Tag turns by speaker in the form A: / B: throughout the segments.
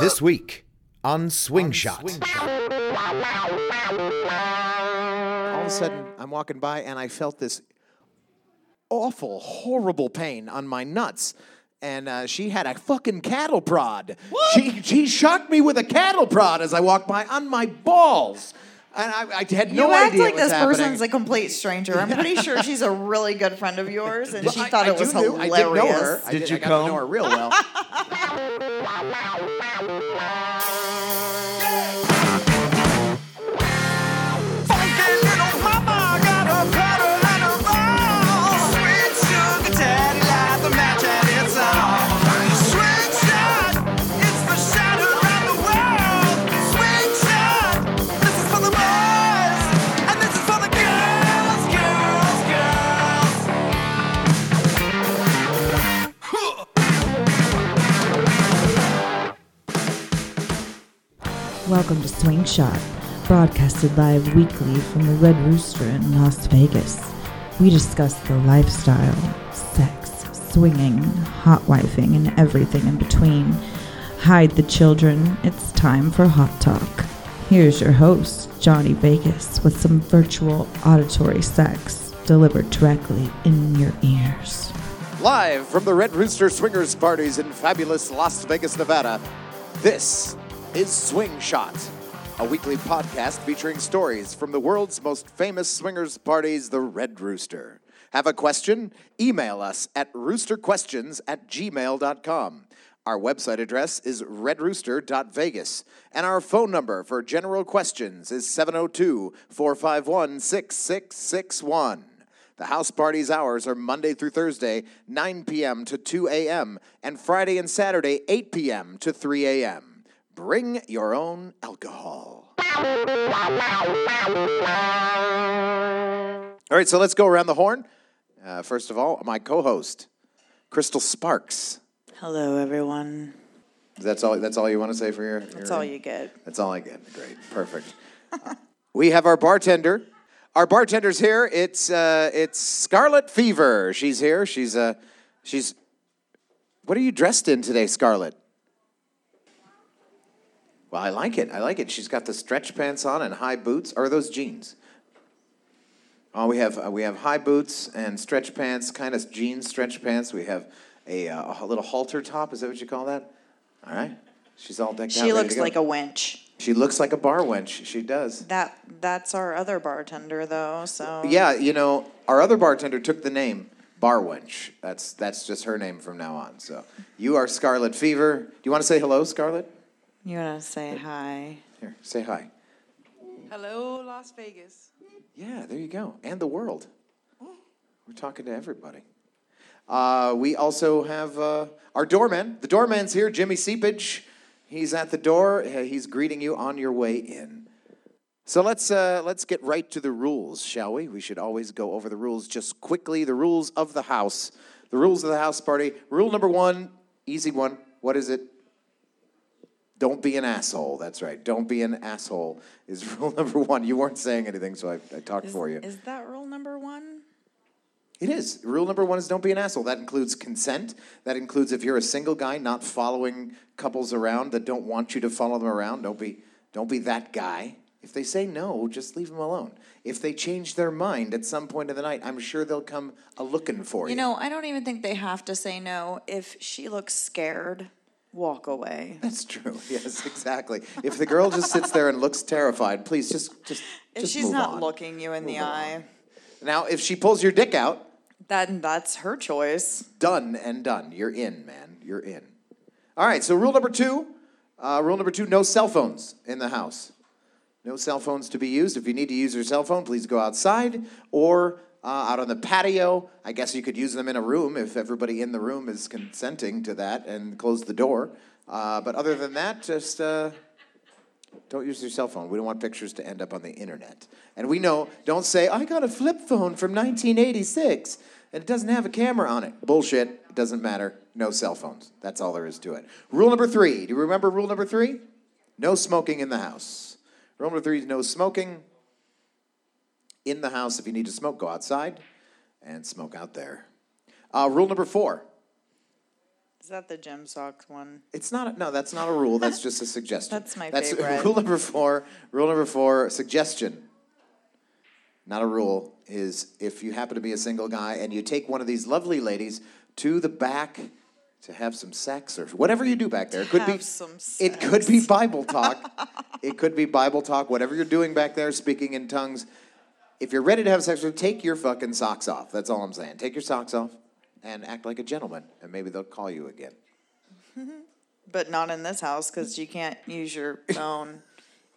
A: This week on Swing Shot.
B: all of a sudden I'm walking by and I felt this awful, horrible pain on my nuts. And uh, she had a fucking cattle prod. She she shocked me with a cattle prod as I walked by on my balls, and I, I had no
C: you
B: idea.
C: act like
B: it was
C: this
B: happening.
C: person's a complete stranger. I'm pretty sure she's a really good friend of yours, and she
B: I-
C: thought
B: I
C: it was
B: do know-
C: hilarious.
B: I did know her. I
A: Did
B: did
A: you
B: I got to
A: comb?
B: know her real well.
D: Funky little mama got a paddle and a roll. Sweet sugar daddy light the match and it's on. Sweet shot, it's for shadow around the world. Sweet shot, this is for the boys and this is for the girls, girls, girls.
E: Welcome to Swing Shot, broadcasted live weekly from the Red Rooster in Las Vegas. We discuss the lifestyle, sex, swinging, hot wifing, and everything in between. Hide the children, it's time for Hot Talk. Here's your host, Johnny Vegas, with some virtual auditory sex delivered directly in your ears.
B: Live from the Red Rooster Swingers Parties in fabulous Las Vegas, Nevada, this is Swing Shot, a weekly podcast featuring stories from the world's most famous swingers parties, the Red Rooster. Have a question? Email us at roosterquestions at gmail.com. Our website address is redrooster.vegas, and our phone number for general questions is 702 451 6661. The house party's hours are Monday through Thursday, 9 p.m. to 2 a.m., and Friday and Saturday, 8 p.m. to 3 a.m. Bring your own alcohol. All right, so let's go around the horn. Uh, first of all, my co host, Crystal Sparks.
C: Hello, everyone.
B: That's all, that's all you want to say for your.
C: That's all you get.
B: That's all I get. Great. Perfect. Uh, we have our bartender. Our bartender's here. It's uh, it's Scarlet Fever. She's here. She's uh, she's. What are you dressed in today, Scarlet? Well, I like it. I like it. She's got the stretch pants on and high boots. Or are those jeans? Oh, we have uh, we have high boots and stretch pants, kind of jeans, stretch pants. We have a, uh, a little halter top. Is that what you call that? All right. She's all decked out.
C: She
B: ready to
C: looks
B: go.
C: like a wench.
B: She looks like a bar wench. She does.
C: That that's our other bartender though. So
B: Yeah, you know, our other bartender took the name Bar Wench. That's that's just her name from now on. So you are Scarlet Fever. Do you want to say hello, Scarlet?
C: you wanna say hi.
B: Here, say hi.
F: Hello, Las Vegas.
B: Yeah, there you go. And the world. We're talking to everybody. Uh, we also have uh, our doorman. The doorman's here, Jimmy Seepage. He's at the door. Uh, He's greeting you on your way in. So let's uh, let's get right to the rules, shall we? We should always go over the rules just quickly. The rules of the house. The rules of the house party. Rule number one, easy one. What is it? Don't be an asshole. That's right. Don't be an asshole is rule number one. You weren't saying anything, so I, I talked for you.
C: Is that rule number one?
B: It is. Rule number one is don't be an asshole. That includes consent. That includes if you're a single guy not following couples around that don't want you to follow them around. Don't be don't be that guy. If they say no, just leave them alone. If they change their mind at some point of the night, I'm sure they'll come a looking for you.
C: You know, I don't even think they have to say no. If she looks scared, walk away.
B: that's true. Yes, exactly. If the girl just sits there and looks terrified, please just just
C: If
B: just
C: she's
B: move
C: not
B: on.
C: looking you in the eye,
B: Now, if she pulls your dick out,
C: then that's her choice.
B: done and done. You're in, man. You're in. All right. So rule number two. Uh, rule number two: no cell phones in the house. No cell phones to be used. If you need to use your cell phone, please go outside or uh, out on the patio. I guess you could use them in a room if everybody in the room is consenting to that, and close the door. Uh, but other than that, just. Uh, don't use your cell phone. We don't want pictures to end up on the internet. And we know, don't say, I got a flip phone from 1986 and it doesn't have a camera on it. Bullshit. It doesn't matter. No cell phones. That's all there is to it. Rule number three. Do you remember rule number three? No smoking in the house. Rule number three is no smoking in the house. If you need to smoke, go outside and smoke out there. Uh, rule number four
C: Is that the gym socks one?
B: It's not. No, that's not a rule. That's just a suggestion.
C: That's my favorite.
B: Rule number four. Rule number four. Suggestion. Not a rule is if you happen to be a single guy and you take one of these lovely ladies to the back to have some sex or whatever you do back there. It could be
C: Have some
B: It could be Bible talk. it could be Bible talk. Whatever you're doing back there, speaking in tongues. If you're ready to have sex with, her, take your fucking socks off. That's all I'm saying. Take your socks off and act like a gentleman, and maybe they'll call you again.
C: But not in this house because you can't use your phone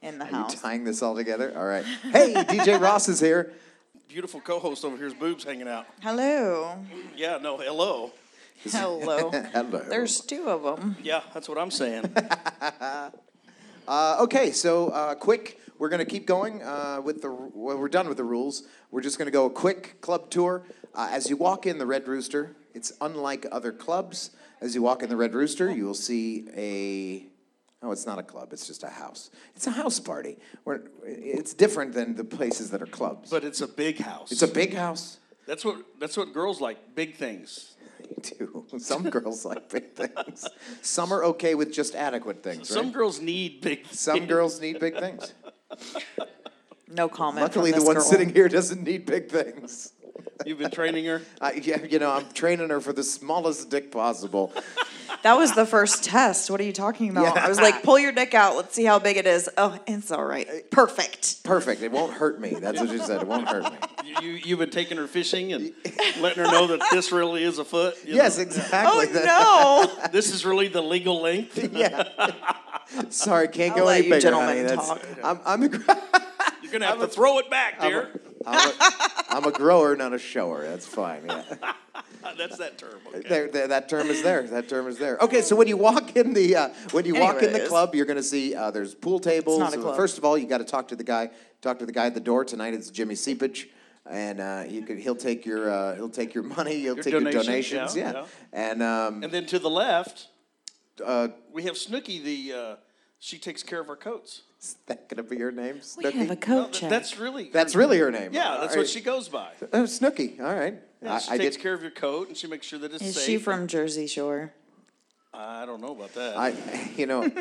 C: in the
B: Are you
C: house.
B: tying this all together? All right. Hey, DJ Ross is here.
G: Beautiful co-host over here's boobs hanging out.
C: Hello.
G: Yeah, no, hello.
C: Hello.
B: Hello.
C: There's two of them.
G: Yeah, that's what I'm saying.
B: Uh, okay, so uh, quick, we're gonna keep going uh, with the. Well, we're done with the rules. We're just gonna go a quick club tour. Uh, as you walk in the Red Rooster, it's unlike other clubs. As you walk in the Red Rooster, you will see a. Oh, it's not a club. It's just a house. It's a house party. We're, it's different than the places that are clubs.
G: but it's a big house.
B: it's a big house.
G: That's what that's what girls like, big things.
B: too. Some girls like big things. Some are okay with just adequate things,
G: Some
B: right?
G: girls need big things.
B: Some girls need big things.
C: No comment.
B: Luckily, the
C: from this
B: one
C: girl.
B: sitting here doesn't need big things.
G: You've been training her.
B: I, yeah, you know, I'm training her for the smallest dick possible.
C: That was the first test. What are you talking about? I was like, pull your dick out. Let's see how big it is. Oh, it's all right. Perfect.
B: Perfect. It won't hurt me. That's what she said. It won't hurt me.
G: You, you you've been taking her fishing and letting her know that this really is a foot. you
B: Yes,
G: know.
B: exactly.
C: Oh,
B: That-
C: no.
G: This is really the legal length.
B: Sorry, can't
C: I'll
B: go
C: let
B: any
C: you
B: bigger.
C: gentlemen
B: honey. That's-
C: talk.
B: I'm, I'm, a, gr-
G: You're gonna have to throw it back, dear.
B: I'm, a, I'm a grower, not a shower. That's fine. Yeah.
G: Uh, That's that term. Okay.
B: There, there, that term is there. That term is there. Okay, so when you walk in the uh, when you walk in the
C: Anyways.
B: club, you're going to see uh, there's pool tables.
C: not a
B: So
C: club.
B: First of all, you got to talk to the guy. Talk to the guy at the door tonight. It's Jimmy Seepage, and uh, you could, he'll take your uh, he'll take your money. He'll take your
G: donations,
B: donations.
G: yeah,
B: Yeah, and um,
G: And then to the left, uh, we have Snooky. The uh, she takes care of our coats.
B: is that going to be your name,
C: We
B: Snooky?
C: have a coat check.
G: That's really
B: That's really her name.
G: yeah.
B: All
G: That's
B: right.
G: what she goes by.
B: Oh, Snooky. All right.
G: Yeah, she
B: I, I
G: takes
B: did.
G: care of your coat and she makes sure that it's
C: Is
G: safe.
C: she from Jersey Shore?
G: I don't know about that.
B: I, you know,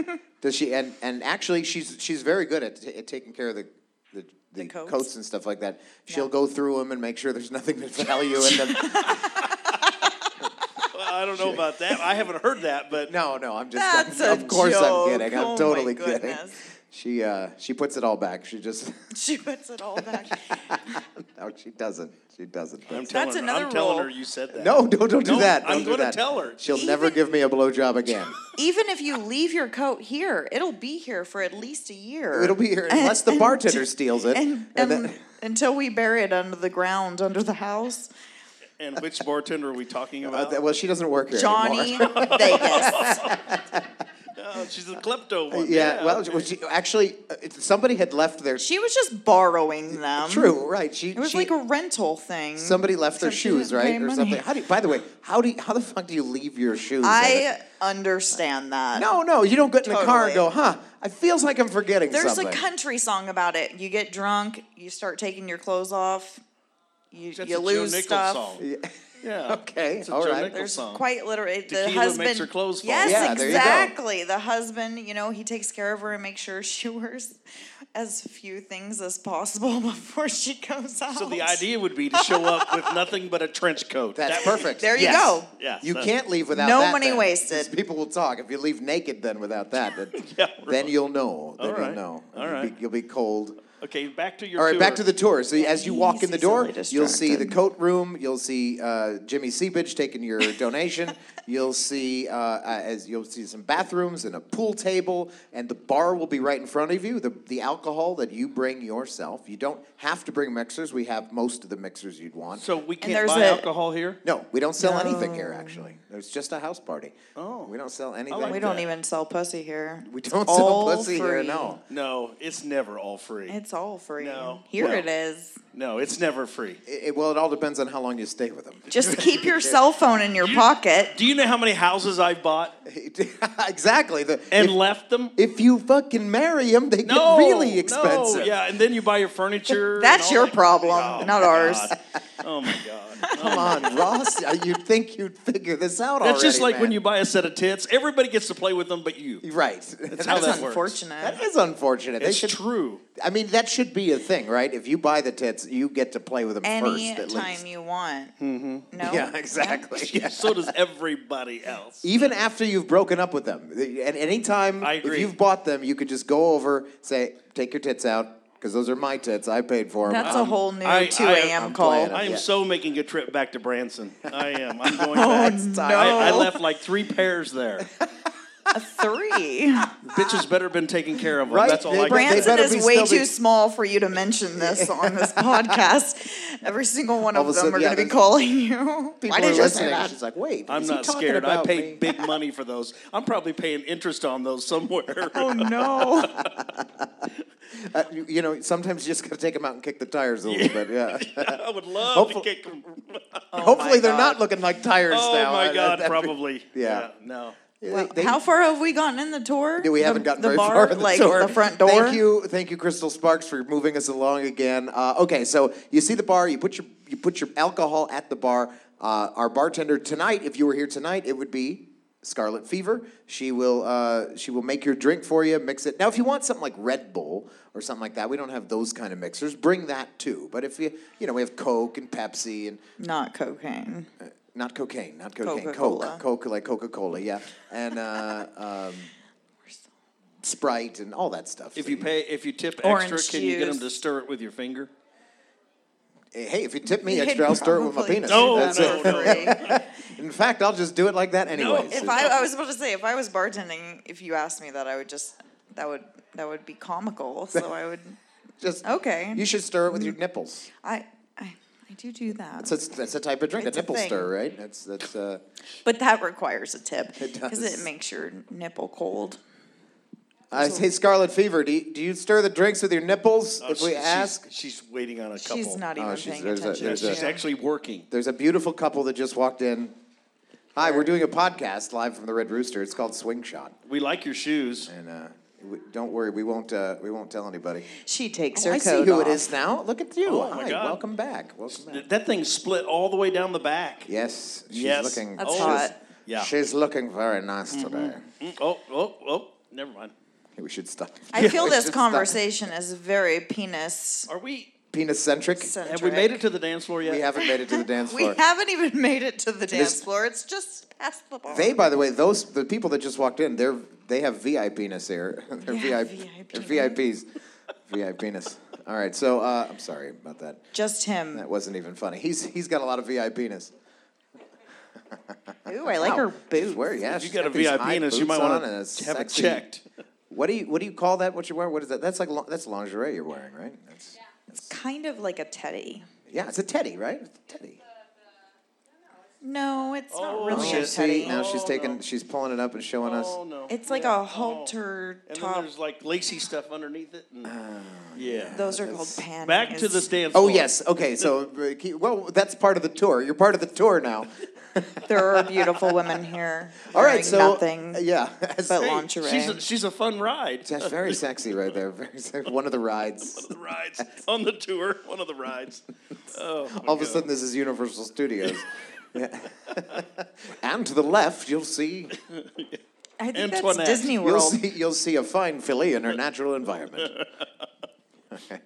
B: does she? And and actually, she's she's very good at, t- at taking care of the. The, the,
C: coats?
B: coats. and stuff like that. She'll go through them and make sure there's nothing of value in them.
G: I don't know about that. I haven't heard that, but
B: No, no, I'm just.
C: That's
B: I'm-
C: a
B: of course,
C: joke.
B: I'm kidding. I'm
C: Oh my
B: totally kidding.
C: goodness.
B: She uh, she puts it all back. She just
C: She puts it all back.
B: no, she doesn't. She doesn't.
G: I'm telling
C: That's
G: her,
C: another
G: I'm telling
C: rule.
G: her you said that.
B: no, don't don't do
G: No,
B: that. Don't
G: I'm
B: do
G: gonna
B: that.
G: tell her.
B: She'll never give me a blowjob again.
C: Even if you leave your coat here, it'll be here for at least a year.
B: It'll be here unless the bartender steals it.
C: and,
B: and
C: and
B: then-
C: until we bury it under the ground under the house.
G: And which bartender are we talking
B: uh,
G: about?
B: well, she doesn't work here anymore.
C: um, Johnny Vegas.
G: Oh, she's a klepto one.
B: Yeah, well, she- well, she, actually, uh, it- somebody had left their.
C: She was just borrowing them.
B: True, right? She.
C: Mm-hmm. It was
B: she-
C: like a rental thing.
B: somebody left their
C: so she
B: shoes,
C: didn't pay
B: right, or
C: money.
B: something. How do? You, by the way, how do? You, how the fuck do you leave your shoes? at
C: I understand that.
B: a- no, no, you don't get in the car and go,
C: Totally.
B: huh? It feels like I'm forgetting
C: There's
B: something.
C: a country song about it. You get drunk, you start taking your clothes off, you,
G: That's
C: you
G: a Joe
C: lose
G: Nichols
C: stuff.
G: song. Yeah.
B: Okay,
G: It's a
B: all
G: Joe
B: right.
G: Nichols
C: There's
G: song.
C: quite literally the
G: Tequila makes
C: husband.
G: her clothes fall.
C: Yes,
B: Yeah, there you go.
C: exactly. The husband, you know, he takes care of her and makes sure she wears as few things as possible before she goes out.
G: So the idea would be to show up with nothing but a trench coat.
B: That's
G: That-
B: perfect.
C: There you
G: Yes.
C: go.
G: Yes.
B: You
G: that-
B: can't leave without
C: No
B: that,
C: money
B: then,
C: wasted.
B: 'cause People will talk if you leave naked. Then without that, then,
G: Yeah,
B: then
G: right.
B: you'll know. Then
G: All
B: you'll
G: right,
B: know.
G: all
B: you'll
G: right.
B: be, you'll be cold.
G: Okay, back to your.
B: All right, back to
G: tour.
B: the tour. So as you walk in
C: he's
B: the door,
C: easily
B: you'll see the
C: distracted.
B: coat room. You'll see uh, Jimmy Seepage taking your donation. you'll see uh, uh, as you'll see some bathrooms and a pool table, and the bar will be right in front of you. The the alcohol that you bring yourself. You don't have to bring mixers. We have most of the mixers you'd want.
G: So we can't
C: there's
G: buy
C: a-
G: alcohol here.
B: no, we don't sell anything here. Actually, it's just a house party. Oh, we don't sell anything.
G: like
C: we
G: that.
C: don't even sell pussy here.
B: We don't sell
C: all
B: pussy here.
C: free.
B: No.
G: No, it's never all free.
C: It's all free.
G: No,
C: Here
G: no.
C: it is.
G: no, it's never free.
B: It, it- well, it all depends on how long you stay with them.
C: Just keep your cell phone in your pocket.
G: Do you know how many houses I've bought
B: exactly. The,
G: and
B: if-
G: left them?
B: If you fucking marry them, they get
G: No,
B: really
G: no,
B: expensive.
G: yeah, and then you buy your furniture. and
C: That's
G: all
C: your
G: that.
C: problem,
G: Oh,
C: not
G: my
C: ours.
G: God. Oh my god.
B: Come on, Ross. Uh, You'd think you'd figure this out already.
G: That's just like when
B: man.
G: you buy a set of tits. Everybody gets to play with them, but you.
B: Right.
G: That's how that works.
C: Unfortunate.
B: That is unfortunate. They
G: It's
B: should.
G: true.
B: I mean, that should be a thing, right? If you buy the tits, you get to play with them
C: Any
B: first. At least.
C: time you want. Mm-hmm. No.
B: Yeah, exactly. Yeah.
G: So does everybody else.
B: Even after you've broken up with them, at any time,
G: I
B: if
G: agree.
B: you've bought them, you could just go over, say, "Take your tits out," because those are my tits. I paid for them.
C: That's a whole new
G: I-
C: 2
G: I-
C: a.m.
G: I'm
C: call.
B: playing it.
G: I am
B: Yeah.
G: so making a trip back to Branson. I am. I'm going back. I, I
C: No,
G: left like three pairs there.
C: three.
G: Bitches better been taken care of. 'em.
B: Right?
G: That's all I
B: They-
G: can say.
C: Branson
B: better
C: is
B: be
C: way
B: still be-
C: too small for you to mention this on this podcast. Every single one
B: All
C: of
B: of a
C: them
B: sudden,
C: are
B: yeah,
C: going to be
B: there's-
C: calling you.
B: People
C: Why did
B: are
C: you
B: listening.
C: say that?
B: She's like, "Wait,
G: I'm
B: is he
G: not
B: talking
G: scared. I
B: about
G: paid
B: me?
G: big money for those. I'm probably paying interest on those somewhere.
C: Oh no!
B: Uh, you, you know, sometimes you just got to take them out and kick the tires a little bit. Yeah.
G: I would love
B: Hopefully-
G: to kick them. Oh,
B: Hopefully, they're
C: God.
B: not looking like tires now.
G: my
B: Uh,
G: God,
B: that'd be-
G: probably.
B: yeah.
G: No.
B: They- they-
C: How far have we gotten in the tour?
B: Yeah, we
C: The-
B: haven't gotten
C: the
B: very
C: bar,
B: far. in the
C: like
B: tour.
C: the front door.
B: Thank you, thank you, Crystal Sparks, for moving us along again. Uh, okay, so you see the bar. You put your you put your alcohol at the bar. Uh, our bartender tonight, if you were here tonight, it would be Scarlet Fever. She will uh, she will make your drink for you, mix it. Now, if you want something like Red Bull or something like that, we don't have those kind of mixers. Bring that too. But if you you know we have Coke and Pepsi and
C: Not cocaine.
B: not cocaine, not cocaine,
C: Coca-Cola.
B: Coke, Coke like Coca Cola, yeah, and uh, um, Sprite and all that stuff.
G: If
B: So
G: you pay, if you tip
C: Orange
G: extra, can you get them to
C: juice.
G: stir it with your finger?
B: hey, if you tip me
C: You could
B: extra, I'll stir it with my
C: probably
B: penis.
C: do
G: No,
C: that
B: That's
G: no,
B: it.
C: for
G: no.
C: free.
B: In fact, I'll just do it like that anyways.
C: If I, I was about to say, if I was bartending, if you asked me that, I would just that would that would be comical. So I would.
B: just
C: okay. Mm.
B: You should stir it with your nipples.
C: I I, I do do that,
B: That's a, that's a type of drink,
C: It's
B: a
C: a
B: nipple
C: thing.
B: stir, right? That's that's. Uh,
C: but that requires a tip
B: It
C: because
B: does.
C: it makes your nipple cold.
B: I say scarlet fever. Do you, do you stir the drinks with your nipples?
G: Oh,
B: if we
G: she- she's-
B: ask,
G: she's waiting on a couple.
C: She's not even
B: Oh, she's-
C: paying
B: there's a-
C: attention.
G: Yeah,
B: there's
C: to
G: she's
C: you.
G: actually working.
B: There's a beautiful couple that just walked in. Hi, we're doing a podcast live from the Red Rooster. It's called Swing Shot.
G: We like your shoes.
B: And uh, we, don't worry, we won't uh, we won't tell anybody.
C: She takes
B: Oh,
C: her
B: I see
C: coat
B: who
C: off.
B: it is now. Look at you.
G: Oh, my
B: Hi,
G: God.
B: welcome back. Welcome back.
G: Th- That thing split all the way down the back.
B: Yes, she's
G: Yes. Oh,
B: looking.
C: That's
B: she's,
C: hot.
G: Yeah.
B: She's looking very nice today.
G: Mm, Oh, oh, oh. Never mind.
B: Hey, we should stop.
C: I feel
B: We
C: this
B: should
C: conversation is very penis
G: Are we?
B: stop. Penis-centric.
C: centric.
G: Have we made it to the dance floor yet?
B: We haven't made it to the dance
C: We
B: floor.
C: haven't even made it to the dance
B: This-
C: floor. It's just past the bar.
B: They, by the way, those the people that just walked in, they're they have VIPness here. they're
C: Yeah,
B: VIP. They're
C: VIP.
B: VIPs. VIPness. All right, so uh, I'm sorry about that.
C: just him.
B: That wasn't even funny. He's he's got a lot of VIPness.
C: Ooh, I like
B: Wow.
C: her
B: She's
C: boots.
B: wearing- yeah,
G: If you
B: she's
G: got a
B: these
G: VIP
B: high
G: penis, you
B: boots
G: might
B: on
G: want
B: and a
G: to have it
B: sexy-
G: checked.
B: What do you what do you call that? What you're wearing? What is that? That's like lo- that's lingerie you're wearing, right? That's,
C: Kind of like a teddy.
B: yeah, it's a teddy, right? It's a teddy.
C: No, it's
G: Oh,
C: not really
B: Oh,
C: a
G: shit.
C: teddy.
B: see, now she's
G: Oh,
B: taking
G: no.
B: she's pulling it up and showing
G: Oh
B: us.
G: no.
C: It's like
G: Yeah.
C: a halter
G: And then
C: top.
G: there's like lacy stuff underneath it. and- yeah.
C: Those are called panties.
G: Back to the dance.
B: Ah, Oh
G: floor.
B: yes, okay. So uh, keep- well, that's part of the tour. You're part of the tour now.
C: There are beautiful women here.
B: All right,
C: wearing
B: so
C: nothing
B: uh, yeah,
C: but
B: Hey,
C: lingerie.
G: She's a, she's a fun ride.
B: That's very sexy right there. Very sexy. One of the rides.
G: The rides on the tour. One of the rides. Oh, my
B: All of a
G: God.
B: sudden, this is Universal Studios. Yeah. and to the left, you'll see
C: I think that's
G: Antoinette.
C: Disney
B: you'll
C: World.
B: see you'll see a fine filly in her natural environment.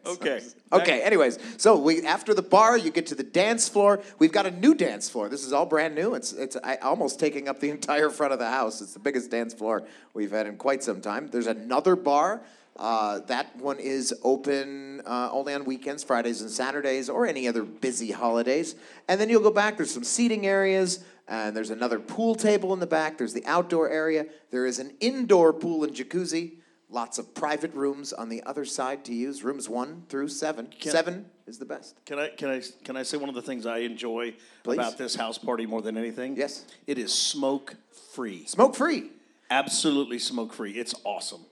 G: Okay.
B: Okay, anyways, so we after the bar, you get to the dance floor. We've got a new dance floor. This is all brand new. It's it's I, almost taking up the entire front of the house. It's the biggest dance floor we've had in quite some time. There's another bar. Uh, that one is open uh, only on weekends, Fridays and Saturdays, or any other busy holidays. And then you'll go back. There's some seating areas, and there's another pool table in the back. There's the outdoor area. There is an indoor pool and jacuzzi. Lots of private rooms on the other side to use. Rooms one through seven. seven is the best.
G: Can I can I can I say one of the things I enjoy
B: Please.
G: about this house party more than anything?
B: Yes.
G: It is smoke free.
B: Smoke free.
G: Absolutely smoke free. It's awesome.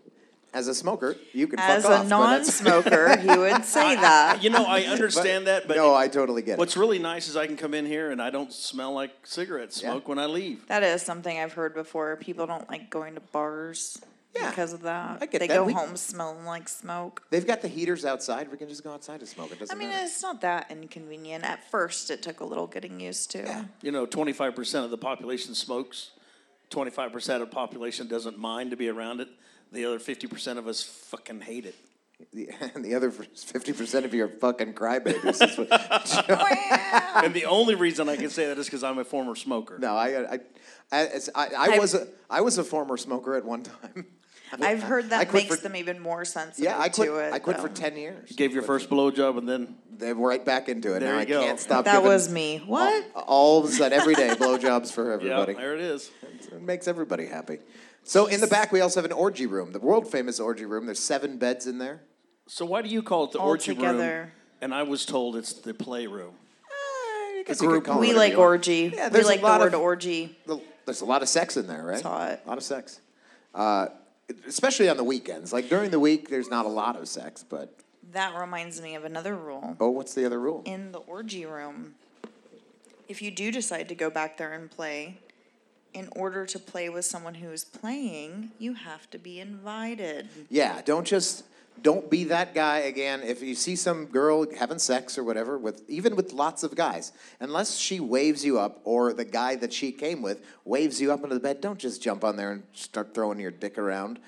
B: As a smoker, you can
C: As
B: fuck off.
C: a
B: but that's-
C: non-smoker, he would say that.
G: You know, I understand that, but
B: no, I totally get it.
G: what's really nice is I can come in here and I don't smell like cigarette smoke when I leave.
C: That is something I've heard before. People don't like going to bars.
B: Yeah.
C: because of that.
B: I get
C: they
B: that.
C: go
B: We-
C: home smelling like smoke.
B: They've got the heaters outside. We can just go outside and smoke. It doesn't
C: I mean,
B: matter.
C: it's not that inconvenient. At first, it took a little getting used to.
G: You know, 25% of the population smokes. 25% of the population doesn't mind to be around it. The other 50% of us fucking hate it.
B: The, and the other fifty percent of you are fucking crybabies. That's what-
G: and the only reason I can say that is because I'm a former smoker.
B: no, I, I, I, it's- I, I
C: I've-
B: was a, I was a former smoker at one time.
C: I've heard
B: I
C: that
B: quit
C: makes
B: for-
C: them even more sensitive
B: Yeah, I quit.
C: to it.
B: I quit for
C: though.
B: ten years.
G: Gave your first blowjob and then
B: They're right back into it
G: There
B: now.
G: you
B: I
G: go.
B: can't stop.
C: That
B: giving
C: was me. What?
B: all of a sudden every day blowjobs for
G: yeah,
B: everybody.
G: there it is.
B: It makes everybody happy. So in the back we also have an orgy room, the world famous orgy room. There's seven beds in there.
G: So why do you call it the
C: All
G: orgy room?
C: together.
G: And I was told it's the playroom.
B: guess you could call it
C: we
B: whatever
C: like
B: you want.
C: orgy.
B: Yeah,
C: we
B: there's a
C: like the
B: lot
C: word
B: of-
C: orgy.
B: The- There's a lot of sex in there, right?
C: hot.
B: A lot of sex, uh, especially on the weekends. Like during the week, there's not a lot of sex, but
C: That reminds me of another rule.
B: oh, what's the other rule?
C: in the orgy room, if you do decide to go back there and play, in order to play with someone who is playing, you have to be invited.
B: Yeah, don't just don't be that guy again. If you see some girl having sex or whatever with even with lots of guys, unless she waves you up or the guy that she came with waves you up into the bed, don't just jump on there and start throwing your dick around.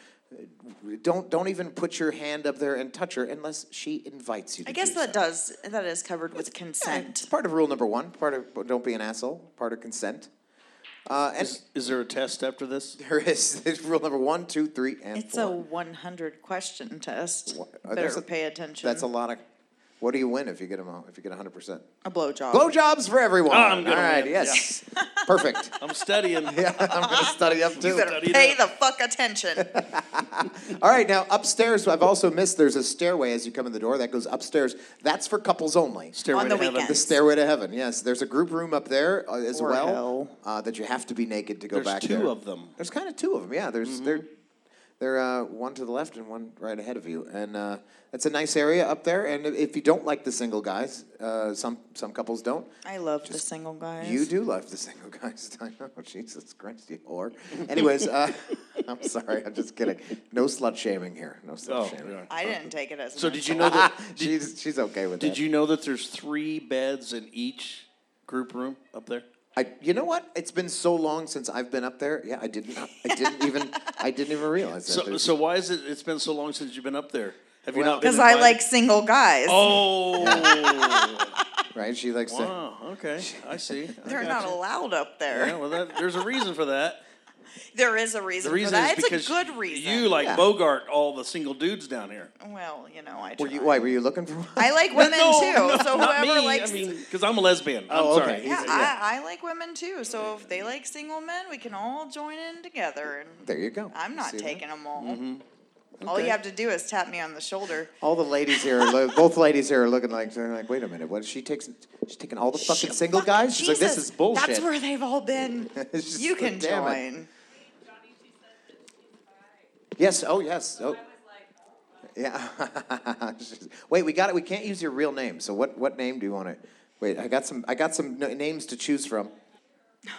B: Don't don't even put your hand up there and touch her unless she invites you. To
C: I guess
B: do
C: that
B: so.
C: does that is covered with
B: It's
C: consent.
B: part of rule number one. Part of don't be an asshole. Part of consent. Uh, and
G: Is, is there a test after this?
B: there is there's rule number one, two, three, and
C: It's a
B: four.
C: 100 question test.
B: Wha- uh, there's
C: Better
B: a-
C: pay attention.
B: That's a lot of. What do you win if you get them all, if you get 100 percent?
C: a blowjob.
B: Blowjobs for everyone.
G: Oh, I'm
B: all
G: gonna
B: right.
G: win,
B: Yes. Perfect.
G: I'm studying.
B: Yeah, I'm gonna study up too.
C: Better
G: Study
C: pay
G: that.
C: the fuck attention.
B: All right. Now upstairs, I've also missed. There's a stairway as you come in the door that goes upstairs. That's for couples only.
G: Stairway
C: On the
G: to heaven.
B: The
C: weekend.
B: stairway to heaven. Yes. There's a group room up there uh, as
C: Or
B: well
C: hell.
B: uh, that you have to be naked to go
G: There's
B: back
G: two
B: there.
G: of them.
B: There's kind of two of them. Yeah. There's they're they're uh, one to the left and one right ahead of you, and uh, that's a nice area up there. And if you don't like the single guys, uh, some some couples don't.
C: I love the single guys.
B: You do love the single guys. I know. Jesus Christ, you whore. Anyways, uh, I'm sorry. I'm just kidding. No slut shaming here. No slut
G: Oh,
B: shaming. Ah,
G: yeah.
C: I didn't take it as.
G: So did you know that?
B: she's, she's okay with
G: Did
B: that.
G: you know that there's three beds in each group room up there?
B: I, you know what? It's been so long since I've been up there. Yeah, I didn't. I didn't even. I didn't even realize that.
G: So,
B: There's-
G: so why is it? It's been so long since you've been up there. Have you
B: Well-
G: not? been
C: Because I
G: invited?
C: like single guys.
B: Oh,
G: Oh,
B: right? She likes to.
G: wow. Okay, I see. I
C: They're
G: got
C: not
G: you.
C: allowed up there.
G: Yeah, well, that, there's a reason for that.
C: There is a reason,
G: The reason
C: for
G: is
C: that.
G: because
C: it's a good reason.
G: you like Bogart all the single dudes down here.
C: Well, you know, I.
B: Were you?
C: try.
B: Why were you looking for? One?
C: I like women
G: No,
C: too.
G: no,
C: so
G: not
C: whoever
G: me.
C: likes.
G: I mean, because I'm a lesbian.
B: Oh,
G: I'm sorry.
B: okay.
C: yeah,
B: He's-
C: I, I like women too. So if they like single men, we can all join in together. And
B: There you go.
C: I'm not
B: See that? Mm-hmm.
C: taking them all. All you have to do is tap me on the shoulder.
B: All the ladies here, are lo- both ladies here are looking like they're like, wait a minute, what? She takes, she's taking all the fucking
C: Shit,
B: single
C: fuck,
B: guys. She's like, this
C: Jesus,
B: is bullshit.
C: That's where they've all been.
B: It's just
C: you
B: like,
C: can
B: damn it.
C: join.
B: Yes. Oh, yes. Oh. Yeah. Wait, we got it. We can't use your real name. So what? What name do you want to? Wait, I got some. I got some n- names to choose from.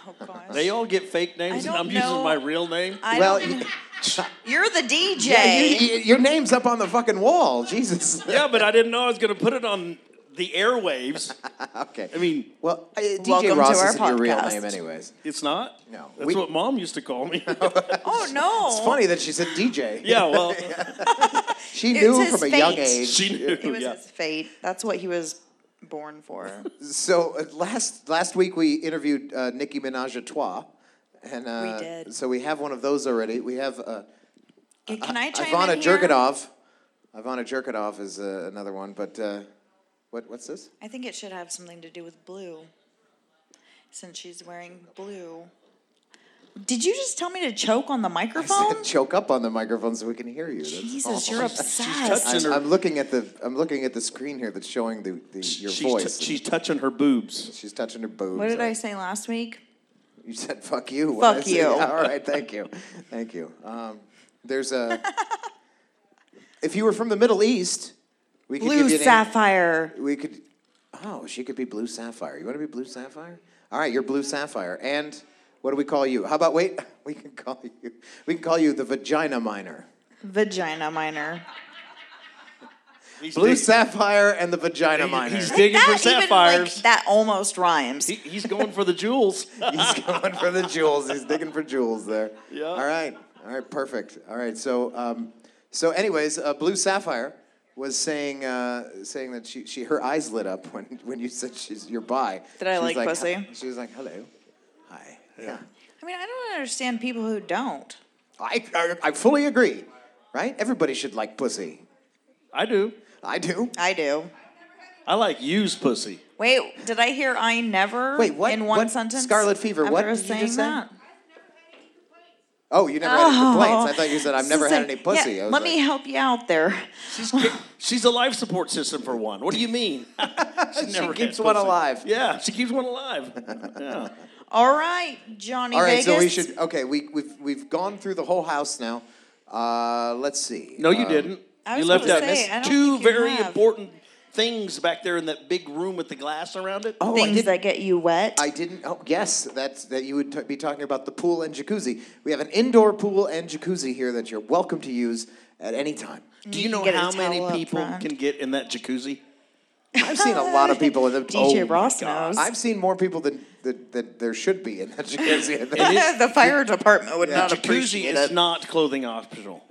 C: Oh gosh.
G: They all get fake names, and
C: don't
G: I'm using
C: know.
G: my real name.
C: I
B: well,
C: don't-
B: you,
C: you're the DJ.
B: yeah, you, you, your name's up on the fucking wall. Jesus.
G: yeah, but I didn't know I was going to put it on the airwaves.
B: okay.
G: I mean,
B: well, uh, DJ
C: Welcome to
B: Ross
C: our
B: isn't your real
C: podcast.
B: name, anyways.
G: it's not.
B: No,
G: that's
B: we-
G: what Mom used to call me.
C: oh no.
B: It's funny that she said DJ.
G: yeah, well,
B: She
C: It's
B: knew
C: his
B: from a young
C: fate.
B: age.
G: she knew.
C: It was
G: yeah.
C: his fate. That's what he was born for.
B: So uh, last last week we interviewed uh, Nicki Minaj a trois, and uh,
C: did.
B: so we have one of those already. We have. Uh,
C: Can can I chime
B: Ivana
C: in here?
B: Jerkadov. Ivana Jerkadov is uh, another one, but uh, what what's this?
C: I think it should have something to do with blue, since she's wearing blue. Did you just tell me to choke on the microphone?
B: Choke up on the microphone so we can hear you. that's
C: Jesus,
B: all.
C: you're obsessed.
B: I'm,
G: touching her-
B: I'm looking at the I'm looking at the screen here that's showing the, the your
G: she's,
B: voice.
G: tou- she's touching her boobs.
B: She's touching her boobs.
C: What did I say last week?
B: You said fuck you. when
C: Fuck
B: I said-
C: you.
B: Yeah, all right, thank you, thank you. Um, there's a. if you were from the Middle East, we could
C: Blue
B: give you an an,
C: sapphire.
B: We could. Oh, she could be blue sapphire. You want to be blue sapphire? All right, you're blue sapphire, and What do we call you? How about wait? We can call you. We can call you the vagina miner.
C: Vagina minor.
G: He's
B: Blue
G: dig-
B: sapphire and the vagina miner.
G: He's digging for sapphires.
C: Even, like, that almost rhymes.
G: He- he's going for the jewels.
B: He's going for the jewels. He's digging for jewels there.
G: Yeah.
B: All right. All right. Perfect. All right. So, um, so anyways, uh, Blue Sapphire was saying uh, saying that she, she her eyes lit up when, when you said she's you're bi.
C: Did I
B: She was
C: like pussy?
B: "Hi-" She was like, "Hello, hi." Yeah.
C: I mean, I don't understand people who don't.
B: I, I I fully agree. Right. Everybody should like pussy.
G: I do.
B: I do.
C: I do.
G: I like used pussy.
C: Wait, did I hear I never
B: Wait, what-
C: in one
B: what
C: sentence?
B: Scarlet Fever,
C: after
B: what
C: us
B: did you
C: saying
B: just say?
C: that?
B: Oh, you never had any complaints. I thought you said I've
C: It's
B: never
C: just
B: had
C: like,
B: any pussy.
C: yeah,
B: I was
C: let
B: like,
C: me help you out there.
G: She's she's a life support system for one. What do you mean? she never
B: keeps
G: had
B: one
G: pussy.
B: alive.
G: Yeah, she keeps one alive. Yeah.
C: All right, Johnny
B: All right,
C: Vegas.
B: so we should. Okay, we, we've we've gone through the whole house now. Uh, let's see.
G: No, you
B: Um,
G: didn't.
C: I
G: you
C: was
G: left
C: gonna
G: out
C: say, I don't
G: two
C: think you
G: very
C: have.
G: important things back there in that big room with the glass around it.
B: Oh, I
C: Things
B: didn't-
C: that get you wet.
B: I didn't. Oh, yes, that's that you would t- be talking about the pool and jacuzzi. We have an indoor pool and jacuzzi here that you're welcome to use at any time.
G: do you
C: you
G: know
C: can get a
G: how many
C: towel up
G: people
C: front.
G: can get in that jacuzzi?
B: I've seen a lot of people in the
C: DJ
B: oh,
C: Ross
G: God.
C: knows.
B: I've seen more people than that, that there should be in that jacuzzi.
C: the fire department would not
G: Jacuzzi
C: appreciate
G: is
C: it.
G: not clothing optional.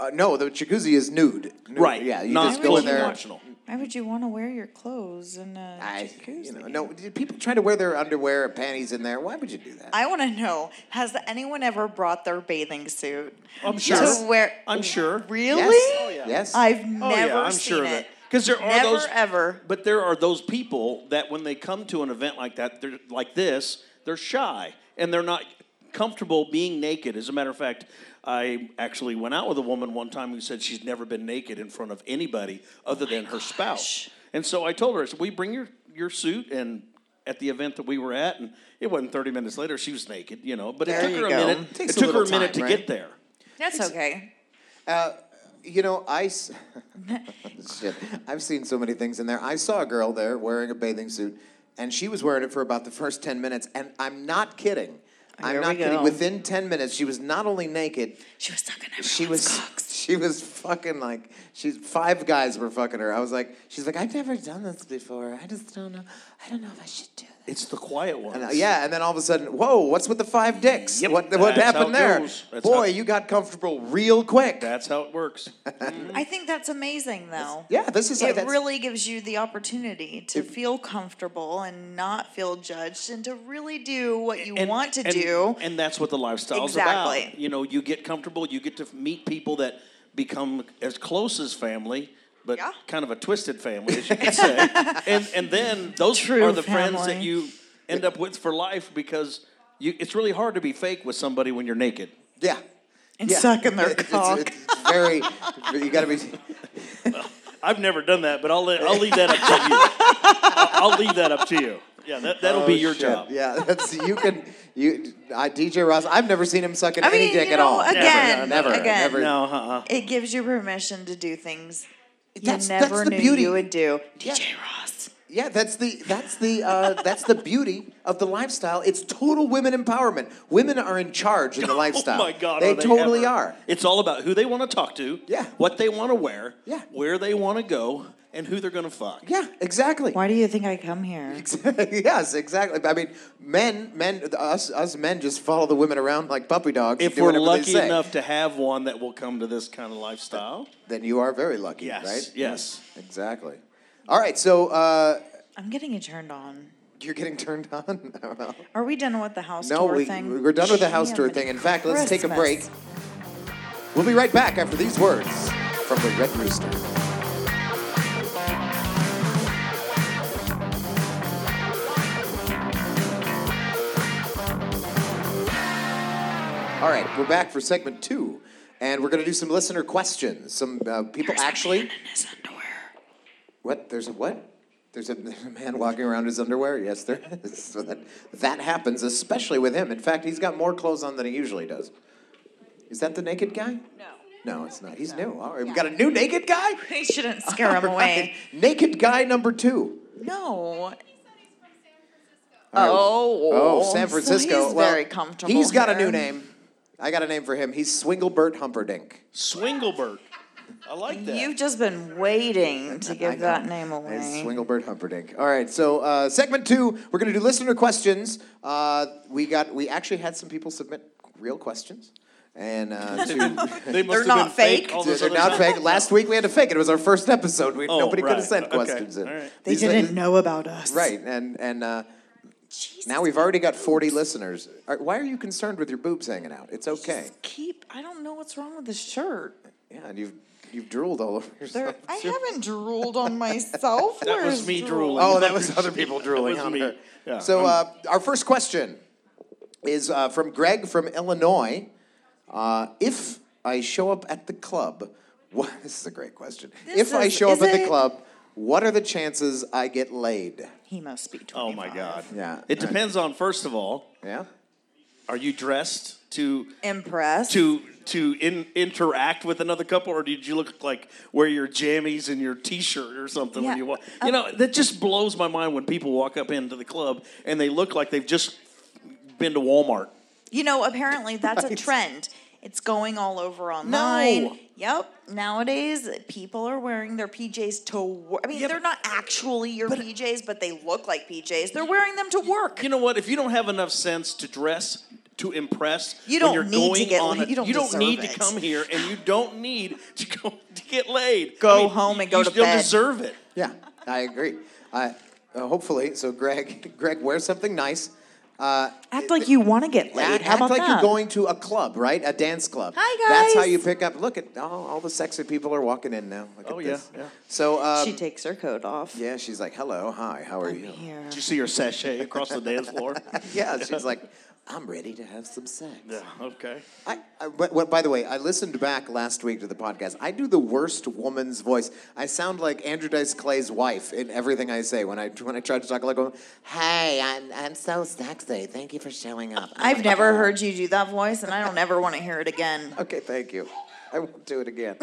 B: Uh, no, the jacuzzi is nude. Nude,
G: Right.
B: Yeah. You
G: not
B: just go in
G: clothing
B: there.
G: optional.
C: Why would you want to wear your clothes in a
B: I,
C: jacuzzi?
B: you know, no. dude, People try to wear their underwear and panties in there. Why would you do that?
C: I want to know: Has anyone ever brought their bathing suit?
G: I'm sure.
C: To wear?
G: I'm sure.
C: Really?
B: Yes. Oh, Yes.
C: I've
G: Oh,
C: never
G: yeah, I'm
C: seen
G: sure of
C: it.
G: it. Because there are
C: never
G: those
C: ever.
G: But there are those people that when they come to an event like that, they're like this, they're shy and they're not comfortable being naked. As a matter of fact, I actually went out with a woman one time who said she's never been naked in front of anybody other than her spouse. And so I told her, I said, "We bring your your suit and." At the event that we were at, and it wasn't 30 minutes later, she was naked, you know. But it
C: There
G: took
C: you
G: her a
C: go.
G: minute.
B: Takes
G: It
B: a
G: took her a
B: little
G: minute
B: time,
G: to
B: right?
G: get there.
C: That's okay.
B: You know, I. s- Shit. I've seen so many things in there. I saw a girl there wearing a bathing suit, and she was wearing it for about the first 10 minutes, and I'm not kidding. I'm
C: Here
B: not
C: we
B: kidding.
C: go.
B: Within 10 minutes, she was not only naked,
C: She was stuck in
B: she was. She was fucking like she's five guys were fucking her. I was like, she's like, I've never done this before. I just don't know. I don't know if I should do this.
G: It's the quiet one.
B: And, uh, yeah, and then all of a sudden, whoa! What's with the five dicks?
G: Yep,
B: what what
G: that's how
B: happened
G: it
B: there?
G: goes. That's
B: Boy,
G: how-
B: you got comfortable real quick.
G: That's how it works.
C: I think that's amazing, though.
B: yeah, this is like
C: It
B: that's-
C: really gives you the opportunity to feel comfortable and not feel judged, and to really do what you
G: and-
C: want to
G: and-
C: do.
G: And that's what the lifestyle's
C: Exactly.
G: about. You know, you get comfortable, you get to f- meet people that become as close as family, but
C: Yeah.
G: kind of a twisted family, as you could say. and and then those
C: True
G: are the friends that
C: family.
G: you end up with for life because you it's really hard to be fake with somebody when you're naked.
B: Yeah.
C: And
B: yeah.
C: sucking their
B: It's-
C: cock.
B: It's, it's very, you gotta be,
G: I've never done that, but I'll let, I'll leave that up to you. I'll, I'll leave that up to you. Yeah, that, that'll be your
B: shit.
G: job.
B: Yeah, that's, you can, you, I, DJ Ross, I've never seen him sucking
C: I mean,
B: any dick
C: you
B: at
C: know,
B: all.
C: again,
B: never, never,
C: again.
B: never.
G: No, uh-uh.
C: It gives you permission to do things you
B: uh, That's- that's
C: never
B: the
C: knew
B: beauty.
C: you would do.
B: Yeah.
C: DJ Ross.
B: Yeah, that's the, that's the, uh, that's the beauty of the lifestyle. It's total women empowerment. Women are in charge in the lifestyle.
G: Oh my God,
B: They
G: are
B: totally
G: ever.
B: are.
G: It's all about who they want to talk to,
B: Yeah.
G: what they want to wear,
B: Yeah.
G: where they want to go, and who they're going to fuck.
B: Yeah, exactly.
C: Why do you think I come here?
B: yes, exactly. I mean, men, men, us, us men just follow the women around like puppy dogs.
G: If
B: do
G: we're
B: whatever they
G: lucky
B: say.
G: enough to have one that will come to this kind of lifestyle,
B: then you are very lucky,
G: yes,
B: right?
G: yes.
B: Exactly. All right, so uh,
C: I'm getting you turned on.
B: you're getting turned on. I don't know.
C: Are we done with the house
B: no,
C: tour
B: we,
C: thing?
B: we're done with the house tour
C: Jam-
B: thing. In fact, let's take a
C: Christmas.
B: break. We'll be right back after these words from the Red Rooster. All right, we're back for segment two, and we're going to do some listener questions. Some uh, people actually.
C: In his underwear.
B: What? There's a what? There's a, there's a man walking around in his underwear? Yes, there is. So that, that happens, especially with him. In fact, he's got more clothes on than he usually does. Is that the naked guy?
F: No.
B: No, it's not. He's new. All right, we've got a new naked guy?
C: They shouldn't scare him
B: All
C: away.
B: right, Naked guy number two.
C: No. Oh,
B: Oh, San
C: so
B: Francisco.
C: he's
B: Well,
C: very comfortable.
B: He's got a new
C: here.
B: name. I got a name for him. He's Swinglebert Humperdinck.
G: Swinglebert. I like that.
C: You've just been waiting to
B: I
C: give
B: know.
C: that name away.
B: It's Swinglebert Humperdinck. All right, so uh, segment two, we're going to do listener questions. Uh, we got, we actually had some people submit real questions, and uh, to,
G: they must
C: They're
G: have
C: not
G: been
C: fake.
G: all this
B: they're
G: other
B: not
G: time.
B: fake. Last week we had to fake it. It was our first episode. We,
G: Oh,
B: nobody could
G: right.
B: have sent
G: Okay,
B: questions in.
G: all right.
C: they
B: These
C: didn't
B: ladies-
C: know about us.
B: Right, and and uh, now we've already got forty listeners. Are- Why are you concerned with your boobs hanging out? It's okay.
C: Keep. I don't know what's wrong with this shirt.
B: Yeah, and you've you've drooled all over yourself.
C: There, I haven't drooled on myself.
G: That was
C: Where's
G: me
C: drool?
G: drooling.
B: Oh, that was other people drooling
G: was
B: on
G: me.
B: her.
G: Yeah,
B: so
G: I'm-
B: uh, our first question is uh, from Greg from Illinois. Uh, if I show up at the club, what, this is a great question. if I
C: is-
B: show up
C: is
B: at the
C: it-
B: club, what are the chances I get laid?
C: He must be 25.
G: Oh my God.
B: Yeah.
G: It depends on first of all,
B: Yeah.
G: are you dressed to
C: Impressed.
G: to to in, interact with another couple, or did you look like wear your jammies and your T-shirt or something
C: Yeah,
G: when you walk?
C: uh,
G: you know, that just blows my mind when people walk up into the club and they look like they've just been to Walmart.
C: You know, apparently that's a trend. It's going all over online.
G: No.
C: Yep. Nowadays, people are wearing their PJs to work. I mean,
G: Yeah,
C: they're
G: but-
C: not actually your PJs, but they look like PJs. They're wearing them to work.
G: You know what? If you don't have enough sense to dress to impress,
C: You
G: when
C: don't
G: you're
C: need to
G: going
C: get
G: on
C: laid.
G: a-
C: You don't deserve
G: need
C: it.
G: to come here, and you don't need to go to get laid.
C: Go
G: I mean,
C: home and
G: you-
C: go
G: you
C: to
G: still
C: bed.
G: deserve it.
B: Yeah, I agree. I uh, hopefully, so Greg, Greg, wear something nice. Uh,
C: Act like you want to get laid.
B: act
C: How about
B: like
C: that?
B: you're going to a club, right? A dance club.
C: Hi,
B: That's how
C: guys.
B: you pick up. Look at all, all the sexy people are walking in now. Look
G: Oh,
B: at
G: yeah,
B: this.
G: yeah.
B: So um,
C: she takes her coat off.
B: Yeah, she's like, "Hello, hi, how are you?"
C: Here.
G: Did you see her sachet across the dance floor?
B: Yeah, she's like, "I'm ready to have some sex."
G: yeah. Okay.
B: I, I, but, but by the way, I listened back last week to the podcast. I do the worst woman's voice. I sound like Andrew Dice Clay's wife in everything I say when I when I try to talk like a woman. Hey, I'm I'm so sexy. Thank you for showing up. Oh my
C: I've never
B: God.
C: heard you do that voice, and I don't ever want to hear it again.
B: Okay, thank you. I won't do it again.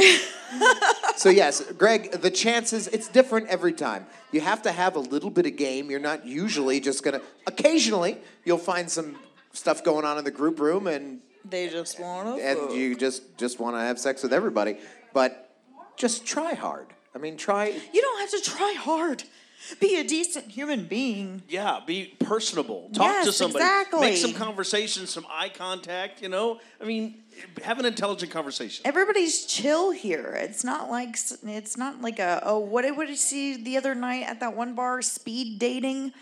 B: so yes, Greg, the chances it's different every time. You have to have a little bit of game. You're not usually just gonna. Occasionally, you'll find some stuff going on in the group room, and
C: They just want to.
B: and you just just want to have sex with everybody. But just try hard. I mean, try.
C: You don't have to try hard. Be a decent human being.
G: Yeah, be personable. Talk to
C: Yes,
G: somebody.
C: exactly.
G: Make some conversation, some eye contact, you know? I mean, have an intelligent conversation.
C: everybody's chill here. It's not like s- it's not like a oh what did what did you see the other night at that one bar speed dating.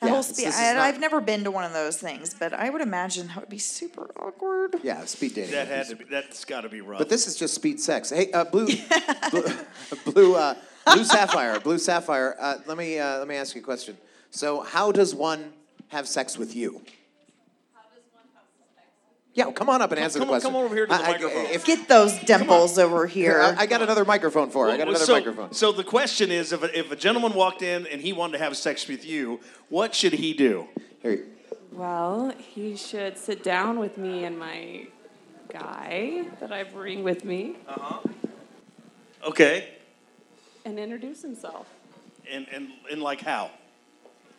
C: That
B: Yeah,
C: whole
B: this-
C: speed.
B: this is
C: I,
B: not-
C: I've never been to one of those things, but I would imagine that would be super awkward.
B: Yeah, speed dating.
G: That had to be that's got to be rough.
B: But this is just speed sex. Hey, uh, blue, blue, blue, uh, blue sapphire, blue sapphire. Uh, let me uh, let me ask you a question. So, how does one have sex with you? Yeah, well, come on up and answer
G: come
B: the
G: on-
B: question.
G: come over here to the
B: I- I-
G: microphone.
B: if-
C: Get those dimples over here.
B: I, I got another microphone for her. I got another
G: so,
B: microphone.
G: So the question is if a, if a gentleman walked in and he wanted to have sex with you, what should he do?
B: Here, you-
H: Well, he should sit down with me and my guy that I bring with me
G: Okay.
H: and introduce himself.
G: And and and like how?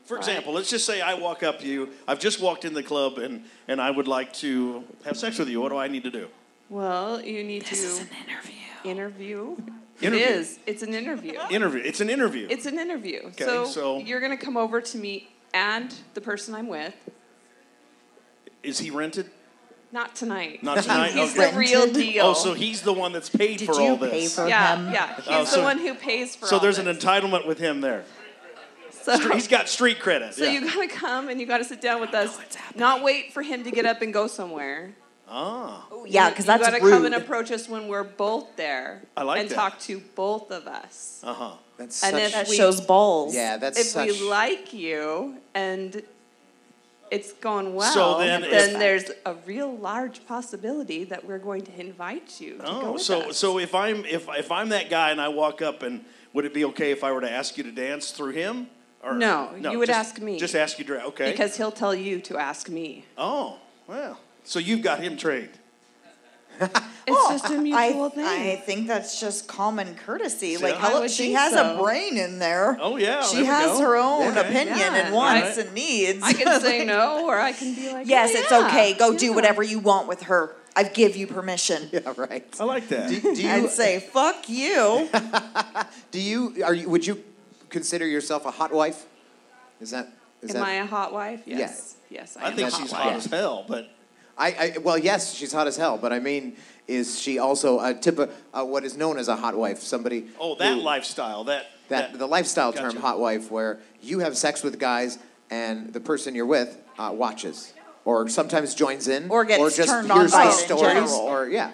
G: For example, let's just say I walk up to you. I've just walked in the club and and I would like to have sex with you. What do I need to do?
H: Well, you need
C: this is
H: to
C: an interview.
H: interview.
G: Interview.
H: It is. It's an interview.
G: Interview. It's an interview.
H: It's an interview.
G: Okay,
H: so,
G: so-
H: you're going to come over to me and the person I'm with.
G: is he rented?
H: Not tonight.
G: Not tonight.
H: He's
G: okay.
H: the real
C: Rented?
H: deal.
G: Oh, so he's the one that's paid
C: Did
G: for
C: you
G: all
C: pay
G: this.
C: for
H: yeah,
C: him?
H: yeah. He's
G: Oh, so-
H: the one who pays for
G: so
H: all
G: there's
H: this.
G: an entitlement with him there.
H: So,
G: He's got street credit.
H: so
G: yeah.
H: you got to come and you got to sit down with us.
C: what's happening.
H: Not wait for him to get up and go somewhere.
G: ah,
C: Yeah, because
H: you
C: that's
H: gotta
C: rude.
H: come and approach us when we're both there.
G: I like
H: and
G: that.
H: talk to both of us.
G: uh huh.
B: that's
H: And
B: such.
H: if
C: that
H: we-
C: shows balls.
B: yeah, that's
H: if
B: such.
H: we like you and it's going well,
G: then it's-
H: there's a real large possibility that we're going to invite you. To go
G: Oh,
H: with
G: so
H: us.
G: so if I'm if if I'm that guy and I walk up and would it be okay if I were to ask you to dance through him? Or,
H: No, you would
G: just-
H: ask me.
G: Just ask you to okay.
H: because he'll tell you to ask me.
G: oh well, so you've got him trained.
H: It's just a
C: I,
H: mutual thing.
C: I think that's just common courtesy. like,
G: I
C: hello,
H: would
C: she
H: think
C: has a
H: so.
C: brain in there.
G: Oh, yeah,
C: she
G: there we
C: has
G: go.
C: her own
G: Okay.
C: opinion
H: Yeah.
C: and wants
G: Right.
C: and needs.
H: I can say no, or I can be like,
C: yes,
H: "Oh,
C: it's
H: yeah,
C: okay. Go
H: yeah."
C: do whatever you want with her. I give you permission.
B: Yeah, right.
G: I
H: Oh,
G: like that.
B: Do, do you
C: I'd say fuck you.
B: do you are you would you consider yourself a hot wife? Is that is
H: Am
B: that
H: I a hot wife? Yes. Yes, I,
G: I
H: am
G: think
H: a hot
G: she's
H: wife.
G: hot as hell, but
B: I, I well yes she's hot as hell but I mean is she also a tip of uh, what is known as a hot wife somebody
G: oh, that
B: who-
G: lifestyle, that
B: that the lifestyle
G: Gotcha.
B: term hot wife where you have sex with guys and the person you're with uh, watches or sometimes joins in
C: Or gets
B: just
C: turned on
B: hears
C: by
B: the
C: it in
B: stories
C: general.
B: or yeah